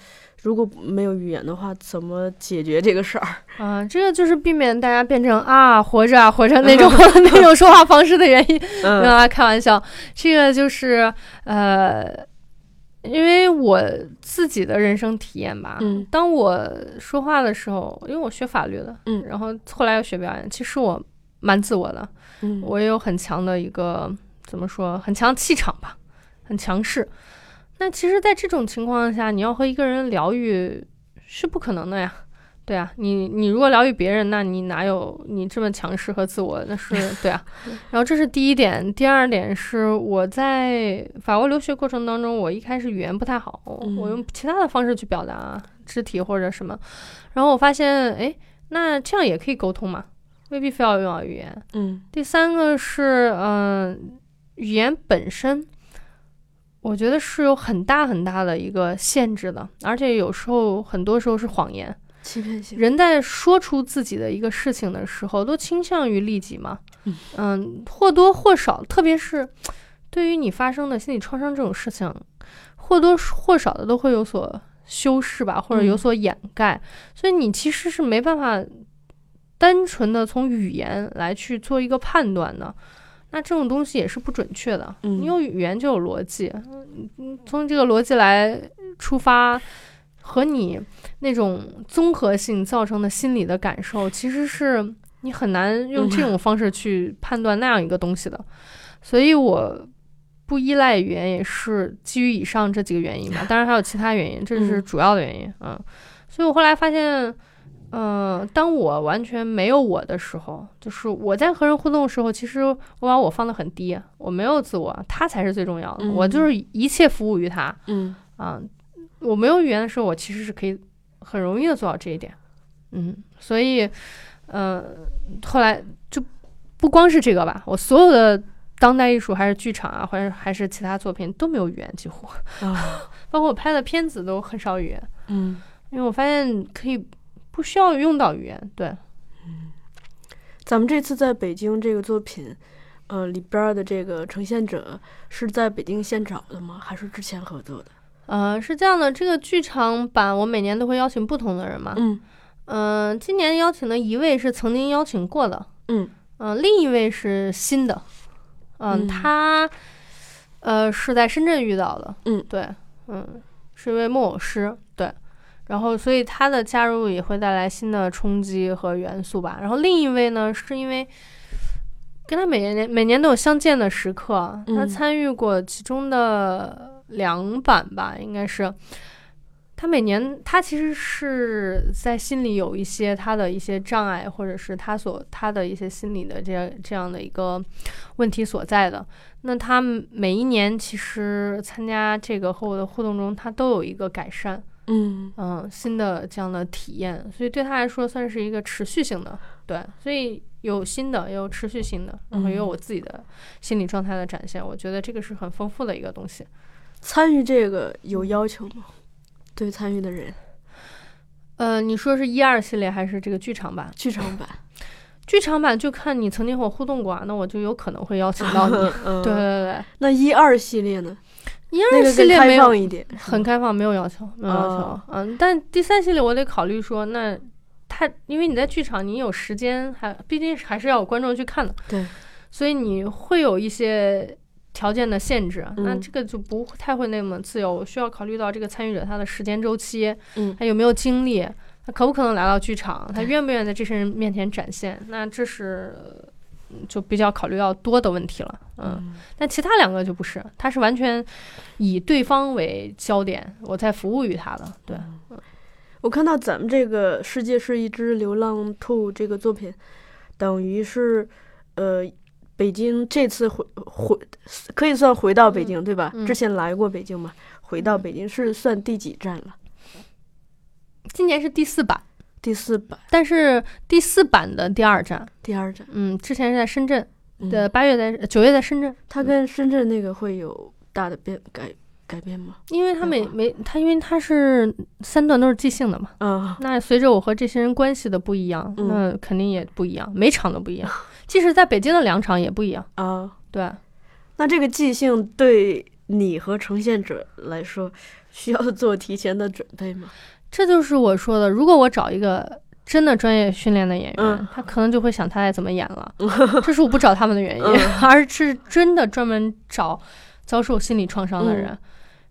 如果没有语言的话，怎么解决这个事儿？
啊、这个就是避免大家变成啊活着啊活着那种 那种说话方式的原因。没有
嗯
啊，开玩笑，这个就是呃，因为我自己的人生体验吧。
嗯
当我说话的时候，因为我学法律的，
嗯
然后后来又学表演，其实我蛮自我的，
嗯，
我也有很强的一个怎么说，很强气场吧，很强势。那其实，在这种情况下，你要和一个人疗愈是不可能的呀。对啊，你你如果疗愈别人，那你哪有你这么强势和自我？那是对啊。然后这是第一点，第二点是我在法国留学过程当中，我一开始语言不太好，我用其他的方式去表达肢体或者什么，然后我发现，哎，那这样也可以沟通嘛，未必非要用到语言。
嗯
第三个是，嗯、语言本身，我觉得是有很大很大的一个限制的，而且有时候很多时候是谎言。
欺骗性，
人在说出自己的一个事情的时候，都倾向于利己嘛
嗯，
嗯，或多或少，特别是对于你发生的心理创伤这种事情，或多或少的都会有所修饰吧，或者有
嗯
所掩盖，所以你其实是没办法单纯的从语言来去做一个判断的。那这种东西也是不准确的，
嗯
你有语言就有逻辑，嗯从这个逻辑来出发，和你那种综合性造成的心理的感受，其实是你很难用这
嗯
种方式去判断那样一个东西的。所以我不依赖语言，也是基于以上这几个原因吧。当然还有其他原因，这是
嗯
主要的原因。嗯所以我后来发现，嗯、当我完全没有我的时候，就是我在和人互动的时候，其实我把我放得很低，我没有自我，他才是最重要的。
嗯
我就是一切服务于他。
嗯
啊，我没有语言的时候，我其实是可以很容易的做到这一点。嗯，所以，呃，后来就不光是这个吧，我所有的当代艺术，还是剧场啊，或者还是其他作品都没有语言，几乎
啊
包括我拍的片子都很少语言，
嗯，
因为我发现可以不需要用到语言。对，
咱们这次在北京这个作品，呃，里边儿的这个呈现者是在北京现找的吗？还是之前合作的？
呃，是这样的，这个剧场版我每年都会邀请不同的人嘛。
嗯
嗯、今年邀请的一位是曾经邀请过的，
嗯
嗯、另一位是新的，嗯，
嗯
他呃是在深圳遇到的，
嗯
对，嗯，是一位木偶师，对，然后所以他的加入也会带来新的冲击和元素吧。然后另一位呢，是因为跟他每年每年都有相见的时刻，啊他
嗯
参与过其中的两版吧，应该是。他每年，他其实是在心里有一些他的一些障碍，或者是他所他的一些心理的这这样的一个问题所在的。那他每一年其实参加这个和我的互动中，他都有一个改善，
嗯
嗯，新的这样的体验，所以对他来说算是一个持续性的，对，所以有新的，也有持续性的，然后也有
嗯
我自己的心理状态的展现，我觉得这个是很丰富的一个东西。
参与这个有要求吗？对参与的人，
呃，你说是一二系列还是这个剧场版？
剧场版。
剧场版就看你曾经和我互动过啊，那我就有可能会邀请 到你。
嗯，
对对。对
那一二系列呢？
对，一二
那个
系
更
列没
开
有
放一点，
很开放，没有要求，没有要求。
嗯哦
嗯，但第三系列我得考虑说，那他因为你在剧场，你有时间，还毕竟还是要有观众去看的，
对，
所以你会有一些条件的限制。啊那
嗯
这个就不太会那么自由，我需要考虑到这个参与者他的时间周期，
嗯
他有没有精力，他可不可能来到剧场，他愿不愿意在这些人面前展现，那这是。呃就比较考虑到多的问题了，嗯，但其他两个就不是，他是完全以对方为焦点，我在服务于他的。对，
我看到咱们这个《世界是一只流浪兔》这个作品，等于是，呃，北京这次回回可以算回到北京、对吧？
嗯
之前来过北京嘛，回到北京是算第几站了？
今年是第四版，
第四版、
但是第四版的第二站，
第二站。
嗯，之前是在深圳，
嗯
对，八月在呃九月在深圳，
它跟深圳那个会有大的变改改变吗？
因为他每
对吧
每他因为他是三段都是即兴的嘛，
啊，
那随着我和这些人关系的不一样，
嗯
那肯定也不一样，每场都不一样，即使在北京的两场也不一样，
啊，
对。
那这个即兴对你和呈现者来说，需要做提前的准备吗？
这就是我说的，如果我找一个真的专业训练的演员，
嗯
他可能就会想他该怎么演 了。这是我不找他们的原因，
嗯
而是真的专门找遭受心理创伤的人，
嗯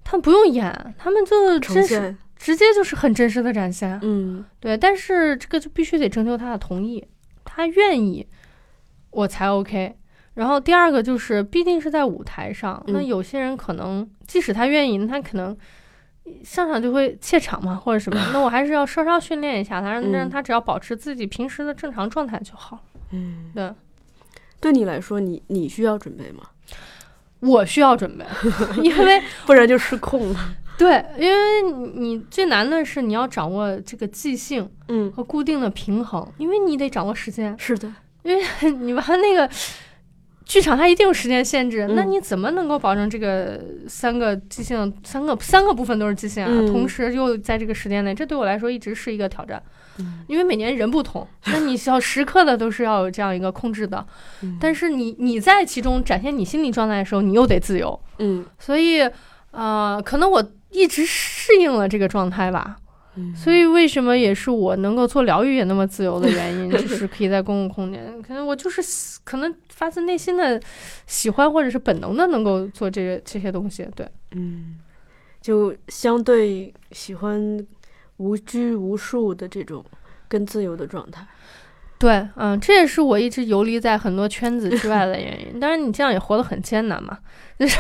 他们不用演，他们就
呈
真实
现，
直接就是很真实的展现。
嗯
对，但是这个就必须得征求他的同意，他愿意，我才 OK。然后第二个就是，毕竟是在舞台上，那
嗯
有些人可能即使他愿意，那他可能上场就会怯场嘛，或者什 么，那我还是要稍稍训练一下他，让让
嗯
他只要保持自己平时的正常状态就好了。
嗯。
对
对你来说，你你需要准备吗？
我需要 准备，因为
不然就失控了。
对，因为你你最难的是你要掌握这个即兴
嗯，
和固定的平衡，因为你得掌握时间。
是的，
你把那个剧场它一定有时间限制，
嗯
那你怎么能够保证这个三个即兴三个三个部分都是即兴啊？
嗯
同时又在这个时间内，这对我来说一直是一个挑战，
嗯
因为每年人不同，那你需要时刻的都是要有这样一个控制的，
嗯
但是你你在其中展现你心理状态的时候，你又得自由，
嗯，
所以呃，可能我一直适应了这个状态吧，所以为什么也是我能够做疗愈也那么自由的原因，就是可以在公共空间，可能我就是喜可能发自内心的喜欢或者是本能的能够做这个这些东西，对，
嗯，就相对喜欢无拘无束的这种跟自由的状态。
对，嗯，这也是我一直游离在很多圈子之外的原因。当然，你这样也活得很艰难嘛，就是，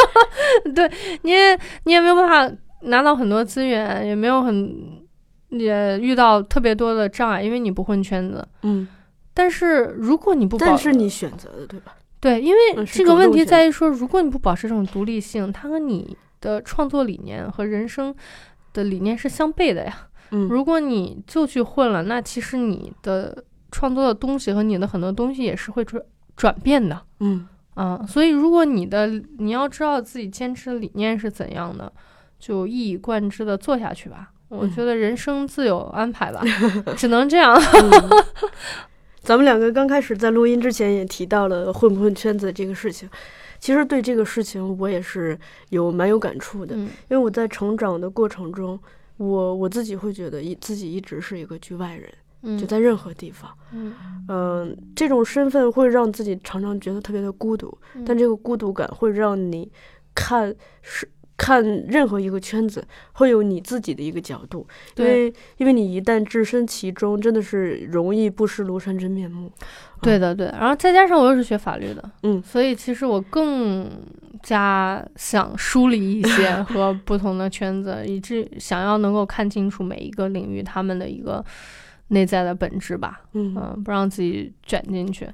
对你也你也没有办法拿到很多资源，也没有很也遇到特别多的障碍，因为你不混圈子。
嗯，
但是如果你不保，
但是你选择的，对吧？
对，因为
嗯是
这个
主
问
动
题
性
在于说，如果你不保持这种独立性，它和你的创作理念和人生的理念是相悖的呀。
嗯
如果你就去混了，那其实你的创作的东西和你的很多东西也是会转转变的
嗯
啊。所以，如果你的你要知道自己坚持的理念是怎样的，就一以贯之的做下去吧。我
嗯
觉得人生自有安排吧，只能这样。
嗯 咱们两个刚开始在录音之前也提到了混不混圈子这个事情，其实对这个事情我也是有蛮有感触的，
嗯
因为我在成长的过程中，我我自己会觉得一自己一直是一个局外人，
嗯
就在任何地方，
嗯，
嗯、这种身份会让自己常常觉得特别的孤独，
嗯
但这个孤独感会让你看是看任何一个圈子，会有你自己的一个角度，因
对
为因为你一旦置身其中，真的是容易不识庐山真面目。
对的对的，然后再加上我又是学法律的，
嗯
所以其实我更加想梳理一 些和不同的圈子，以致想要能够看清楚每一个领域他们的一个内在的本质吧，
嗯，
嗯，不让自己卷进去。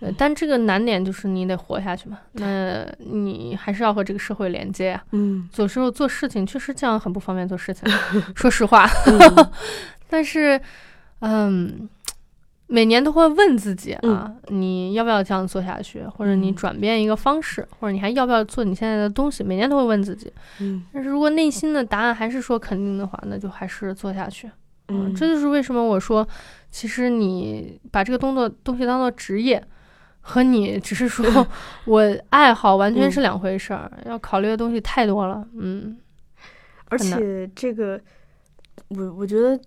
呃但这个难点就是你得活下去嘛，那你还是要和这个社会连接呀、
嗯
有时候做事情确实这样很不方便做事情，说实话，
嗯
但是，嗯，每年都会问自己啊，你要不要这样做下去，或者你
嗯
转变一个方式，或者你还要不要做你现在的东西，每年都会问自己。
嗯
但是如果内心的答案还是说肯定的话，那就还是做下去。
嗯，
这就是为什么我说，其实你把这个动作东西当做职业。和你只是说， 我爱好完
嗯
全是两回事儿，要考虑的东西太多了。嗯，
而
很难
且这个，我我觉得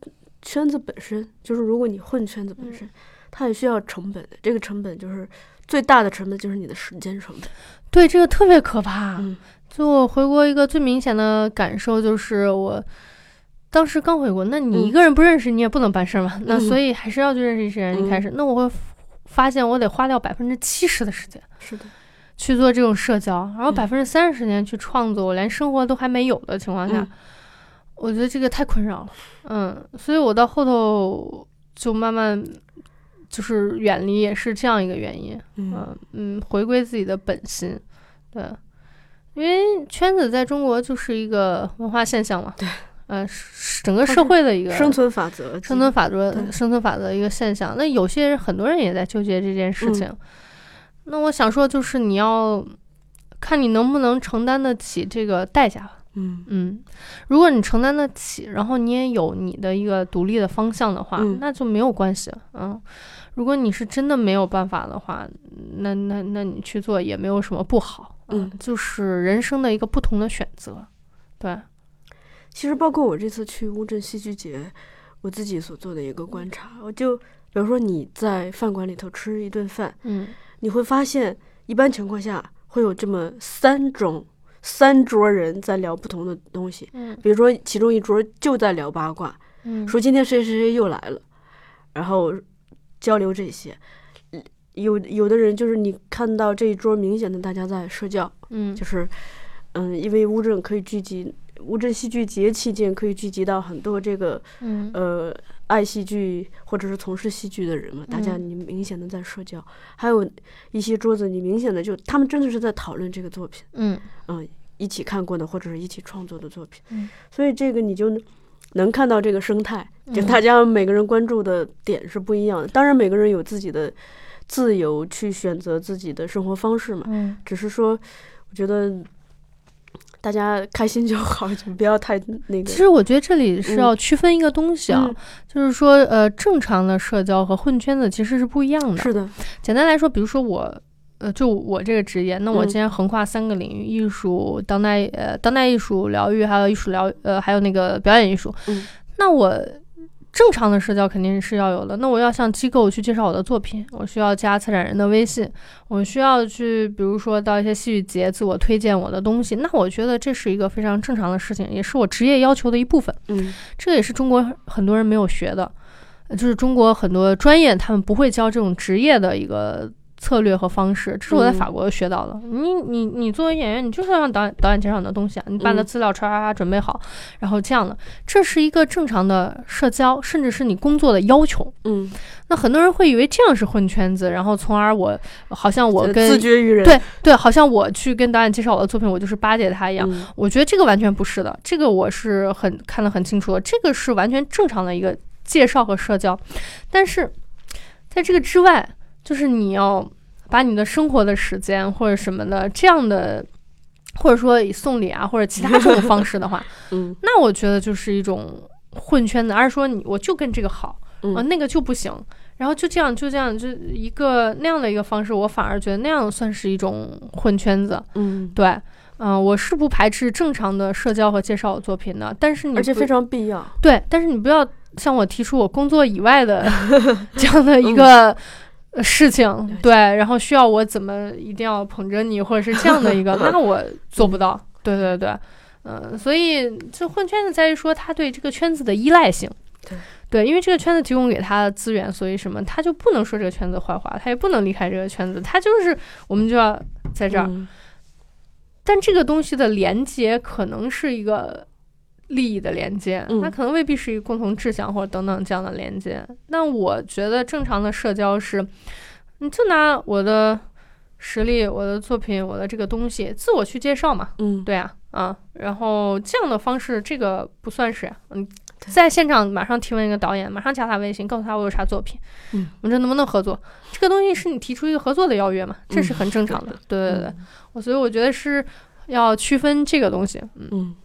圈子本身就是，如果你混圈子本
嗯
身，它也需要成本的。这个成本就是最大的成本，就是你的时间成本。
对，这个特别可怕。
嗯
就我回国一个最明显的感受就是我。当时刚回国，那你一
嗯
个人不认识，你也不能办事儿嘛。那
嗯
所以还是要去认识一些人。一开始，那我会发现我得花掉百分之七十的时间
是的，
去做这种社交，然后
嗯
百分之三十时间去创作，我连生活都还没有的情况下，
嗯
我觉得这个太困扰了。嗯，所以我到后头就慢慢就是远离，也是这样一个原因。
嗯
嗯嗯，回归自己的本心，对，因为圈子在中国就是一个文化现象嘛，对，呃，是整个
它
社
是
会的一个
生存法则，
生存法则、
对
生存法则的一个现象。那有些人，很多人也在纠结这件
嗯
事情。那我想说，就是你要看你能不能承担得起这个代价吧。
嗯
嗯，如果你承担得起，然后你也有你的一个独立的方向的话，
嗯
那就没有关系。嗯，如果你是真的没有办法的话，那那那你去做也没有什么不好。
嗯
就是人生的一个不同的选择。对，
其实包括我这次去乌镇戏剧节，我自己所做的一个观察，我就比如说你在饭馆里头吃一顿饭，
嗯，
你会发现一般情况下会有这么三种三桌人在聊不同的东西，
嗯
比如说其中一桌就在聊八卦，
嗯
说今天谁谁谁又来了，然后交流这些。有有的人就是你看到这一桌明显的大家在社交，
嗯
就是，嗯，因为乌镇可以聚集，乌镇戏剧节期间可以聚集到很多这个
嗯
呃爱戏剧或者是从事戏剧的人嘛，大家
嗯
你明显的在社交，还有一些桌子你明显的就他们真的是在讨论这个作品，
嗯
嗯，一起看过的或者是一起创作的作品，
嗯
所以这个你就能看到这个生态，就
嗯
大家每个人关注的点是不一样的，当然每个人有自己的自由去选择自己的生活方式嘛。
嗯，
只是说，我觉得大家开心就好，就不要太那个。
其实我觉得这里是
嗯
要区分一个东西啊，
嗯
就是说，呃，正常的社交和混圈子其实是不一样的。
是的，
简单来说，比如说我，呃，就我这个职业，那我
嗯
既然横跨三个领域，艺术、当代呃当代艺术疗愈，还有艺术疗呃还有那个表演艺术，
嗯
那我正常的社交肯定是要有的。那我要向机构去介绍我的作品，我需要加策展人的微信，我需要去比如说到一些戏剧节自我推荐我的东西，那我觉得这是一个非常正常的事情，也是我职业要求的一部分。
嗯
这也是中国很多人没有学的，呃就是中国很多专业他们不会教这种职业的一个策略和方式。这是我在
嗯
法国学到的。你你你作为演员，你就是要让导演导演介绍你的东西啊，你把你的
嗯
资料唰唰唰准备好，然后这样的，这是一个正常的社交，甚至是你工作的要求。
嗯，
那很多人会以为这样是混圈子，然后从而我好像我
呃自
跟
觉于人。
对对，好像我去跟导演介绍我的作品，我就是巴结他一样。
嗯，
我觉得这个完全不是的，这个我是很看得很清楚的，这个是完全正常的一个介绍和社交，但是在这个之外，就是你要把你的生活的时间或者什么的这样的，或者说以送礼啊或者其他这种方式的话，
嗯
那我觉得就是一种混圈子，而是说你我就跟这个好，啊、
嗯
那个就不行。然后就这样，就这样，就一个那样的一个方式，我反而觉得那样算是一种混圈子。
嗯，
对，嗯、我是不排斥正常的社交和介绍作品的，但是你
而且
不
非常必要。
对，但是你不要向我提出我工作以外 的这样的一个呃事情，
嗯解
对，然后需要我怎么一定要捧着你，或者是这样的一 个，那我做不到。对对对，嗯、所以这混圈子在于说他对这个圈子的依赖性。
对
对，因为这个圈子提供给他的资源，所以什么他就不能说这个圈子的坏话，他也不能离开这个圈子，他就是我们就要在这儿。
嗯
但这个东西的连接可能是一个利益的连接，
嗯
那可能未必是一个共同志向或者等等这样的连接。那我觉得正常的社交是，你就拿我的实力、我的作品、我的这个东西自我去介绍嘛，
嗯，
对啊，啊，然后这样的方式，这个不算是呀嗯。
对
在现场马上提问一个导演，马上加他微信，告诉他我有啥作品，
嗯，
我们这能不能合作？这个东西是你提出一个合作的邀约嘛，这
嗯
是很正常的，对对对。我所以我觉得是要区分这个东西，嗯，
嗯，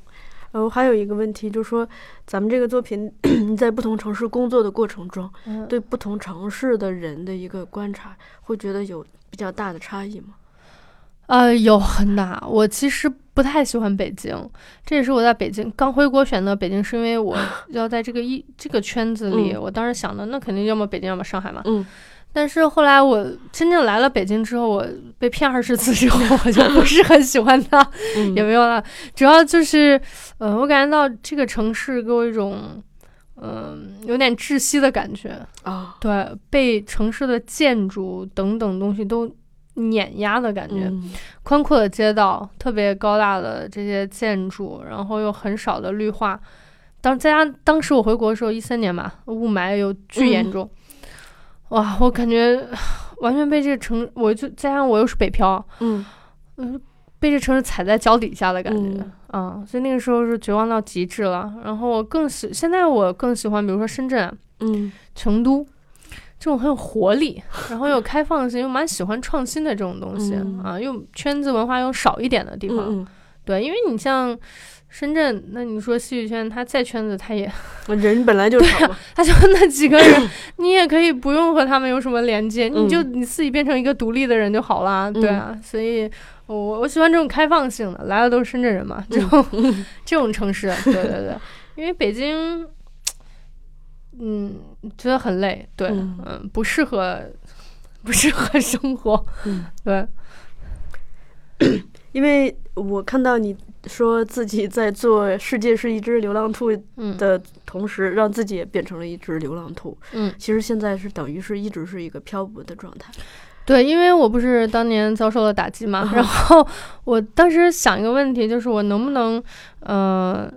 然后还有一个问题，就是说咱们这个作品 在不同城市工作的过程中，嗯对不同城市的人的一个观察，会觉得有比较大的差异吗？
呃，有很大。我其实不太喜欢北京，这也是我在北京刚回国选择北京，是因为我要在这个一这个圈子里，
嗯
我当时想的那肯定要么北京，要么上海嘛。
嗯。
但是后来我真正来了北京之后，我被骗二十次之后，我就不是很喜欢它。
嗯
也没有啦，主要就是，呃，我感觉到这个城市给我一种，嗯、有点窒息的感觉。
啊，
对，被城市的建筑等等东西都碾压的感觉。
嗯
宽阔的街道，特别高大的这些建筑，然后又很少的绿化。当在家当时我回国的时候，一三年吧，雾霾又巨
嗯
严重，哇，我感觉完全被这个城，我就加上我又是北漂，
嗯
被这城市踩在脚底下的感觉。
嗯
啊，所以那个时候是绝望到极致了。然后我更喜，现在我更喜欢，比如说深圳、
嗯
成都这种很有活力，然后有开放性，又蛮喜欢创新的这种东西、
嗯
啊，又圈子文化又少一点的地
嗯
方。
嗯
对，因为你像深圳，那你说戏剧圈，它再圈子，它也，
嗯，人本来就少 嘛，
它就那几个人， 你也可以不用和他们有什么连接，你就
嗯
你自己变成一个独立的人就好啦。对啊，所以我我喜欢这种开放性的，来了都是深圳人
嗯
嘛，这种、 这种城市，对对对，因为北京。嗯，觉得很累，对，
嗯
嗯不适合，不适合生活，
嗯
对，
因为我看到你说自己在做《世界是一只流浪兔》
嗯，
的同时，让自己也变成了一只流浪兔。
嗯，
其实现在是等于是一直是一个漂泊的状态。
对，因为我不是当年遭受了打击
嗯
嘛，然后我当时想一个问题，就是我能不能，呃，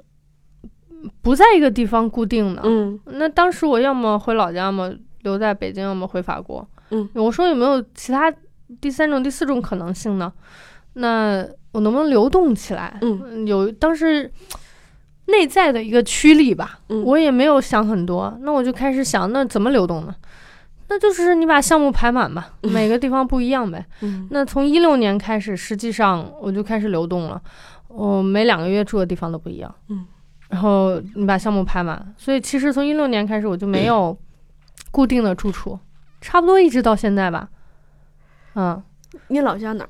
不在一个地方固定呢？
嗯
那当时我要么回老家，要么留在北京，要么回法国。
嗯，
我说有没有其他第三种、第四种可能性呢？那我能不能流动起来？
嗯
嗯，有当时内在的一个驱力吧，
嗯
我也没有想很多，那我就开始想，那怎么流动呢？那就是你把项目排满吧，每个地方不一样呗。
嗯
那从一六年开始，实际上我就开始流动了，我每两个月住的地方都不一样。
嗯，
然后你把项目排满，所以其实从一六年开始我就没有固定的住处，差不多一直到现在吧。嗯，
你老家哪儿？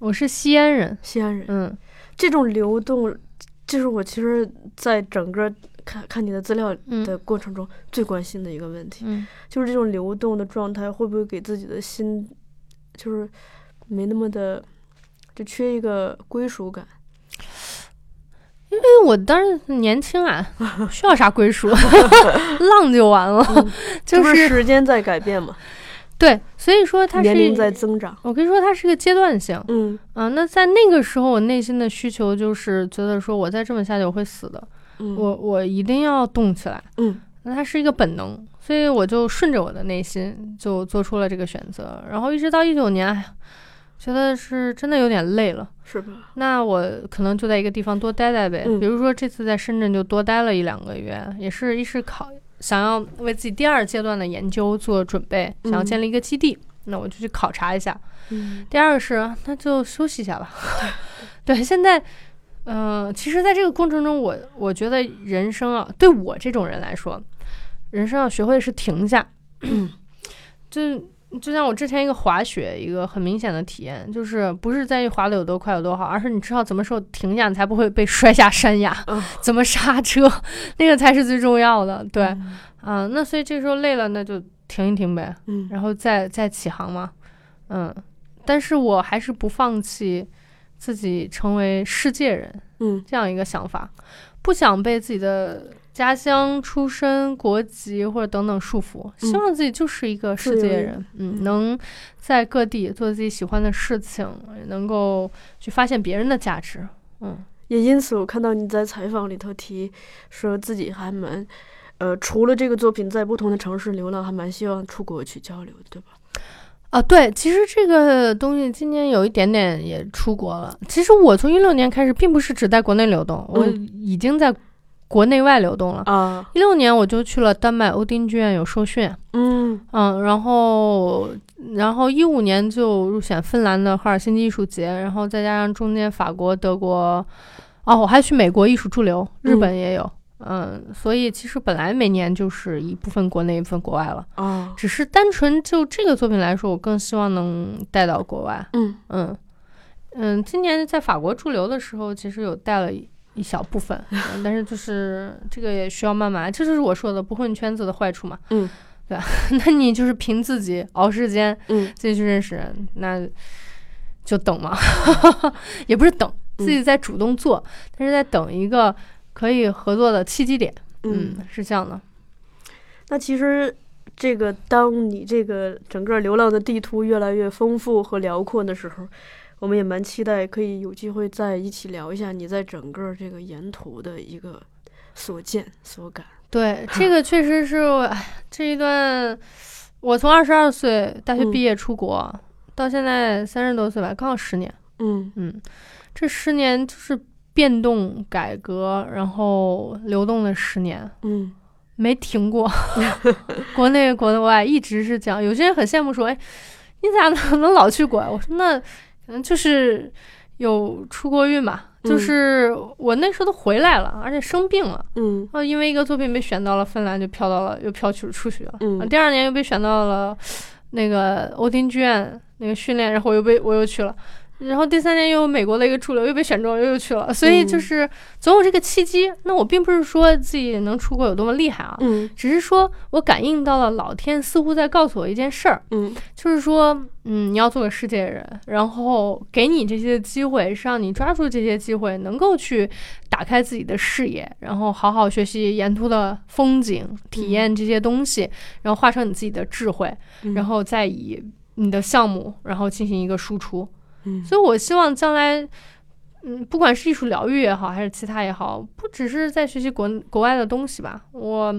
我是西安人，
西安人。
嗯
这种流动，就是我其实在整个看看你的资料
嗯
的过程中最关心的一个问题，
嗯
就是这种流动的状态会不会给自己的心，就是没那么的，就缺一个归属感。
因为我当时年轻啊，需要啥归属， 浪就完 了，
嗯
就
这不
是
时间在改变嘛，
对，所以说它
年
是
龄在增长。
我跟你说它是个阶段性，
嗯
啊，那在那个时候，我内心的需求就是觉得说，我再这么下去我会死的，
嗯，
我我一定要动起来。
嗯
那它是一个本能，所以我就顺着我的内心就做出了这个选择。然后一直到一九年，哎呀，觉得是真的有点累了。
是吧？
那我可能就在一个地方多待待呗，
嗯
比如说这次在深圳就多待了一两个月，也是一是考想要为自己第二阶段的研究做准备，想要
嗯
建立一个基地，那我就去考察一下。
嗯
第二是，那就休息一下吧。 对，现在，嗯、其实，在这个过程中，我我觉得人生啊，对我这种人来说，人生要学会的是停下。 就就像我之前一个滑雪一个很明显的体验，就是不是在于滑的有多快有多好，而是你知道怎么时候停下，你才不会被摔下山崖，
嗯
怎么刹车， 那个才是最重要的。对，啊、那所以这时候累了，那就停一停呗，
嗯
然后再再起航嘛，嗯，但是我还是不放弃自己成为世界人
嗯
这样一个想法，不想被自己的家乡、出身、国籍或者等等束缚，希望自己就是一个世
嗯自由
界
人
人，嗯，
嗯
能在各地做自己喜欢的事情，能够去发现别人的价值，嗯，
也因此，我看到你在采访里头提说自己还蛮，呃，除了这个作品在不同的城市流浪，还蛮希望出国去交流，对吧？
啊，对，其实这个东西今年有一点点也出国了。其实我从一六年开始，并不是只在国内流动，我
嗯
已经在国内外流动了。
啊，
一六年我就去了丹麦欧丁剧院有受训，
嗯
嗯，然后然后一五年就入选芬兰的赫尔辛基艺术节，然后再加上中间法国、德国，哦，我还去美国艺术驻留，日
嗯
本也有，嗯，所以其实本来每年就是一部分国内，一部分国外了。
啊，
只是单纯就这个作品来说，我更希望能带到国外。
嗯
嗯嗯，今年在法国驻留的时候，其实有带了一一小部 分，嗯但是就是这个也需要慢慢，这就是我说的不混圈子的坏处嘛。
嗯，
对吧？ 那你就是凭自己熬时间，
嗯，
自己去认识人，那就等嘛， 也不是等，
嗯
自己在主动做，但是在等一个可以合作的契机点。
嗯，
嗯，是这样的。
那其实这个，当你这个整个流浪的地图越来越丰富和辽阔的时候，我们也蛮期待可以有机会再一起聊一下你在整个这个沿途的一个所见所感。
对，这个确实是我哎这一段，我从二十二岁大学
嗯
毕业出国、到现在三十多岁吧，刚好十年。
嗯
嗯，这十年就是变动、改革，然后流动的十年。
嗯
没停 过，国内国外一直是这样。有些人很羡慕说：“哎，你咋能 能老去国外？”我说：“那可能就是有出国运吧。”就
嗯
是我那时候都回来了，而且生病了，
嗯
哦，因为一个作品被选到了芬兰，就飘到了，又飘去出去了。
嗯
第二年又被选到了那个欧丁剧院那个训练，然后我又被我又去了。然后第三年又有美国的一个驻留，又被选中了，又又去了。所以就
嗯
是总有这个契机。那我并不是说自己能出国有多么厉害啊，
嗯
只是说我感应到了老天似乎在告诉我一件事儿，
嗯
就是说，嗯，你要做个世界人，然后给你这些机会，让你抓住这些机会，能够去打开自己的视野，然后好好学习沿途的风景，体验这些东西，然后化成你自己的智慧，
嗯，
然后再以你的项目，然后进行一个输出。
嗯
所以我希望将来，嗯，不管是艺术疗愈也好，还是其他也好，不只是在学习国国外的东西吧，我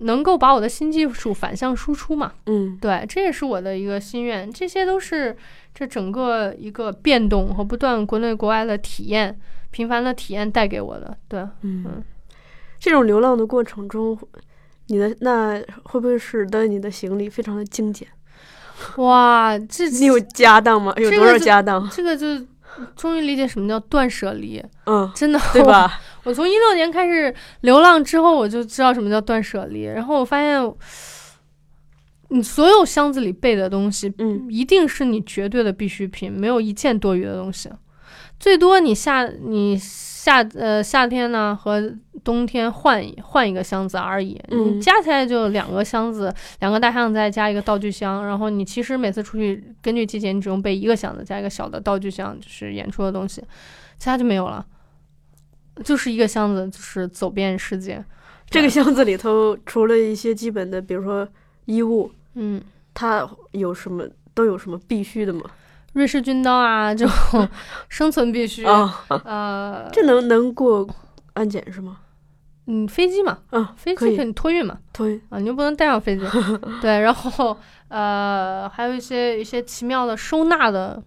能够把我的新技术反向输出嘛。
嗯
对，这也是我的一个心愿。这些都是这整个一个变动和不断国内国外的体验，频繁的体验带给我的。对，
嗯，这种流浪的过程中，你的那会不会使得你的行李非常的精简？
哇，这
你有家当吗？有
这
多
个
少
就
家当？
这个就终于理解什么叫断舍离，
嗯，
真的，
对？吧？
我从一六年开始流浪之后，我就知道什么叫断舍离。然后我发现，你所有箱子里备的东西，
嗯
一定是你绝对的必需品，没有一件多余的东西。最多你夏你夏呃夏天呢和冬天换一换一个箱子而已，
嗯
你加起来就两个箱子，两个大箱子再加一个道具箱，然后你其实每次出去根据季节你只用备一个箱子加一个小的道具箱，就是演出的东西，其他就没有了，就是一个箱子，就是走遍世界。
这个箱子里头除了一些基本的，比如说衣物，
嗯，
它有什么都有什么必须的吗？
瑞士军刀啊，这种生存必须，
啊，
呃，
这能能过安检是吗？
嗯，飞机嘛，
啊，
飞
可
机
以
肯定托运嘛，
推，
啊，你又不能带上 飞机，对，然后呃，还有一些一些奇妙的收纳的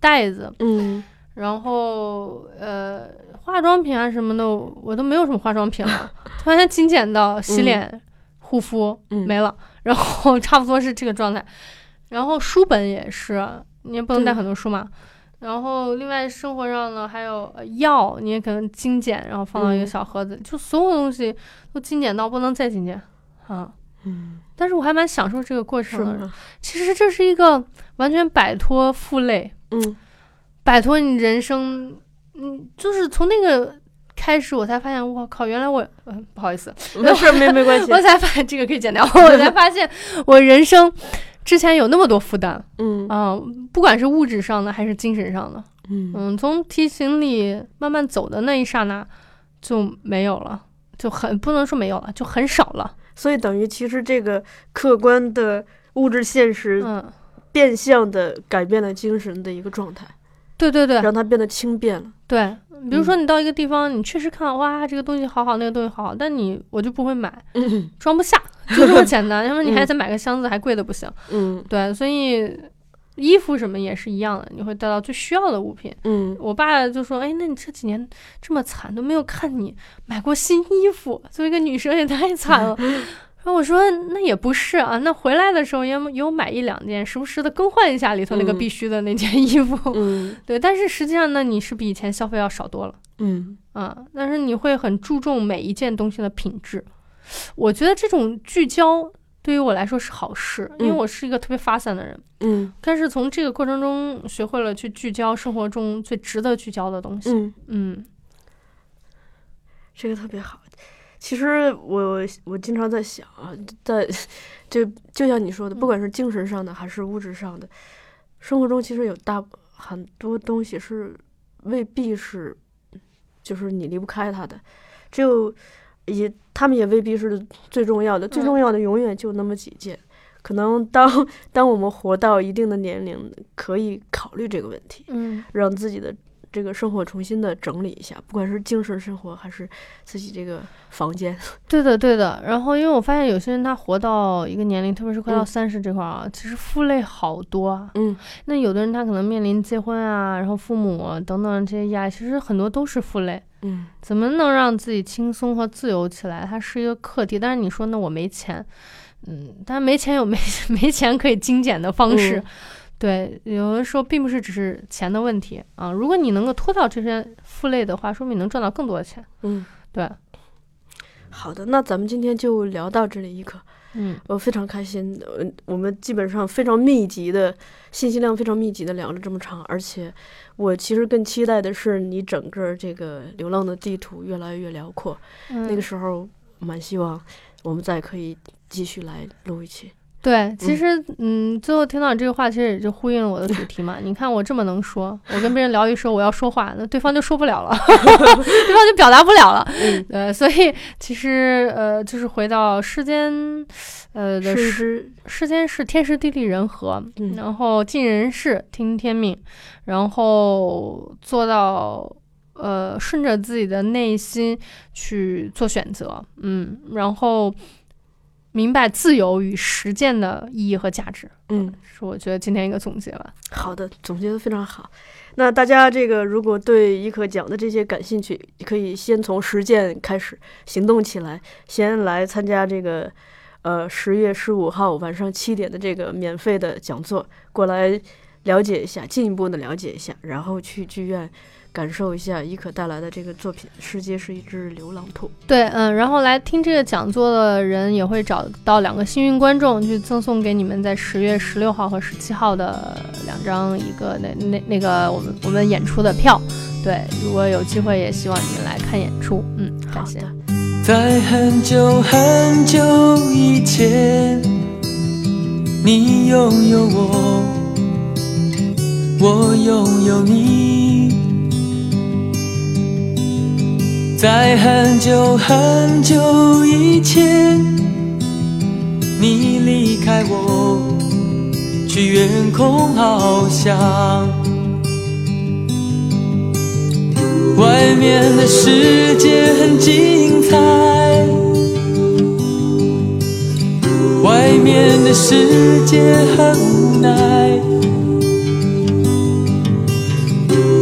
袋子，
嗯
然后呃，化妆品啊什么的，我都没有什么化妆品 了，突然间精简到洗
嗯
脸、护肤
嗯
没了，然后差不多是这个状态，然后书本也是，你也不能带
对
很多书嘛。然后，另外生活上呢，还有呃药，你也可能精简，然后放到一个
嗯
小盒子，就所有东西都精简到不能再精简啊。
嗯，
但是我还蛮享受这个过
是
程的。
吗？
其实这是一个完全摆脱负累，
嗯
摆脱你人生，嗯，就是从那个开始，我才发现，我靠，原来我，嗯、不好意思，
没事儿，没没关 系。
我才发现这个可以剪掉，我才发现我人生之前有那么多负担
嗯
啊、不管是物质上的还是精神上的，
嗯
嗯，从梯形里慢慢走的那一刹那就没有了，就很不能说没有了，就很少了，
所以等于其实这个客观的物质现实
嗯。
变相的改变了精神的一个状态，
对对对
让它变得轻便了。
对，
嗯
比如说你到一个地方，你确实看到哇，这个东西好好，那个东西好好，但你我就不会买，
嗯
装不下，就这么简单。要么你还
嗯
得买个箱子，还贵的不行。
嗯
对，所以衣服什么也是一样的，你会带到最需要的物品。
嗯
我爸就说：“哎，那你这几年这么惨，都没有看你买过新衣服，作为一个女生也太惨 了。”然后我说：“那也不是啊，那回来的时候也有买一两件，时不时的更换一下里头那个
嗯
必须的那件衣服。
嗯
对，但是实际上呢，你是比以前消费要少多了。
嗯
啊，但是你会很注重每一件东西的品质。我觉得这种聚焦对于我来说是好事，因为
嗯
我是一个特别发散的人。
嗯
但是从这个过程中学会了去聚焦生活中最值得聚焦的东西。
嗯，
嗯
这个特别好。其实我我经常在想啊，在就就像你说的，不管是精神上的还是物质上的，生活中其实有大很多东西是未必是，就是你离不开它的，只有也他们也未必是最重要的，最
嗯
重要的永远就那么几件。可能当 当我们活到一定的年龄，可以考虑这个问题。
嗯
让自己的这个生活重新的整理一下，不管是精神生活还是自己这个房间。
对的对的。然后因为我发现有些人他活到一个年龄，特别是快到
嗯
三十这块儿啊，其实负累好多啊。
嗯
那有的人他可能面临结婚啊，然后父母啊等等这些压力，其实很多都是负累。
嗯
怎么能让自己轻松和自由起来？它是一个课题。但是你说那我没钱，嗯，但没钱有没 没钱可以精简的方式。
嗯
对，有的时候并不是只是钱的问题啊。如果你能够脱掉这些负累的话，说明你能赚到更多的钱。
嗯，
对，
好的，那咱们今天就聊到这里，一刻，
嗯
我非常开心，呃我们基本上非常密集的信息量非常密集的聊了这么长，而且我其实更期待的是你整个这个流浪的地图越来越辽阔，
嗯，
那个时候蛮希望我们再可以继续来录一期。
对，其
嗯
实嗯最后听到这个话，其实也就呼应了我的主题嘛。你看我这么能说，我跟别人聊一说我要说话，那对方就说不了了， 对方就表达不了了。
嗯，
呃，所以其实呃，就是回到世间，呃的
是
世
一只
世间是天时地利人和，
嗯
然后尽人事听天命，然后做到呃顺着自己的内心去做选择，嗯，然后明白自由与实践的意义和价值，
嗯。
是我觉得今天一个总结吧。
好的，总结的非常好。那大家这个如果对一可讲的这些感兴趣，可以先从实践开始行动起来，先来参加这个呃十月十五号晚上七点的这个免费的讲座，过来了解一下，进一步的了解一下，然后去剧院感受一下一可带来的这个作品《世界是一只流浪兔》。
对，嗯，然后来听这个讲座的人也会找到两个幸运观众，去赠送给你们在十月十六号和十七号的两张一个那那那个我们我们演出的票。对，如果有机会，也希望你们来看演出。嗯，
好
感谢
的。，
在很久很久以前，你拥有我，我拥有你。在很久很久以前，你离开我，去远空翱翔。外面的世界很精彩，外面的世界很无奈。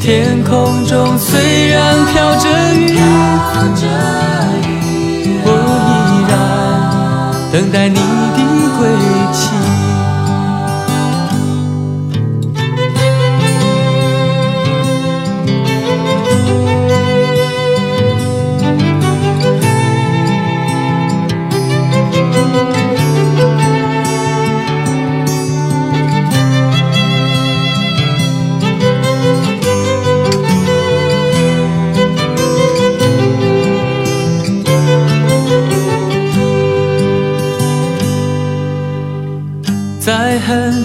天空中虽然飘着雨，我依然等待你的归期。在很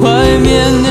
外面的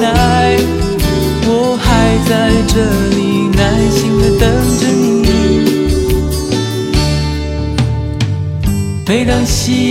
奈，我还在这里耐心的等着你。每当夕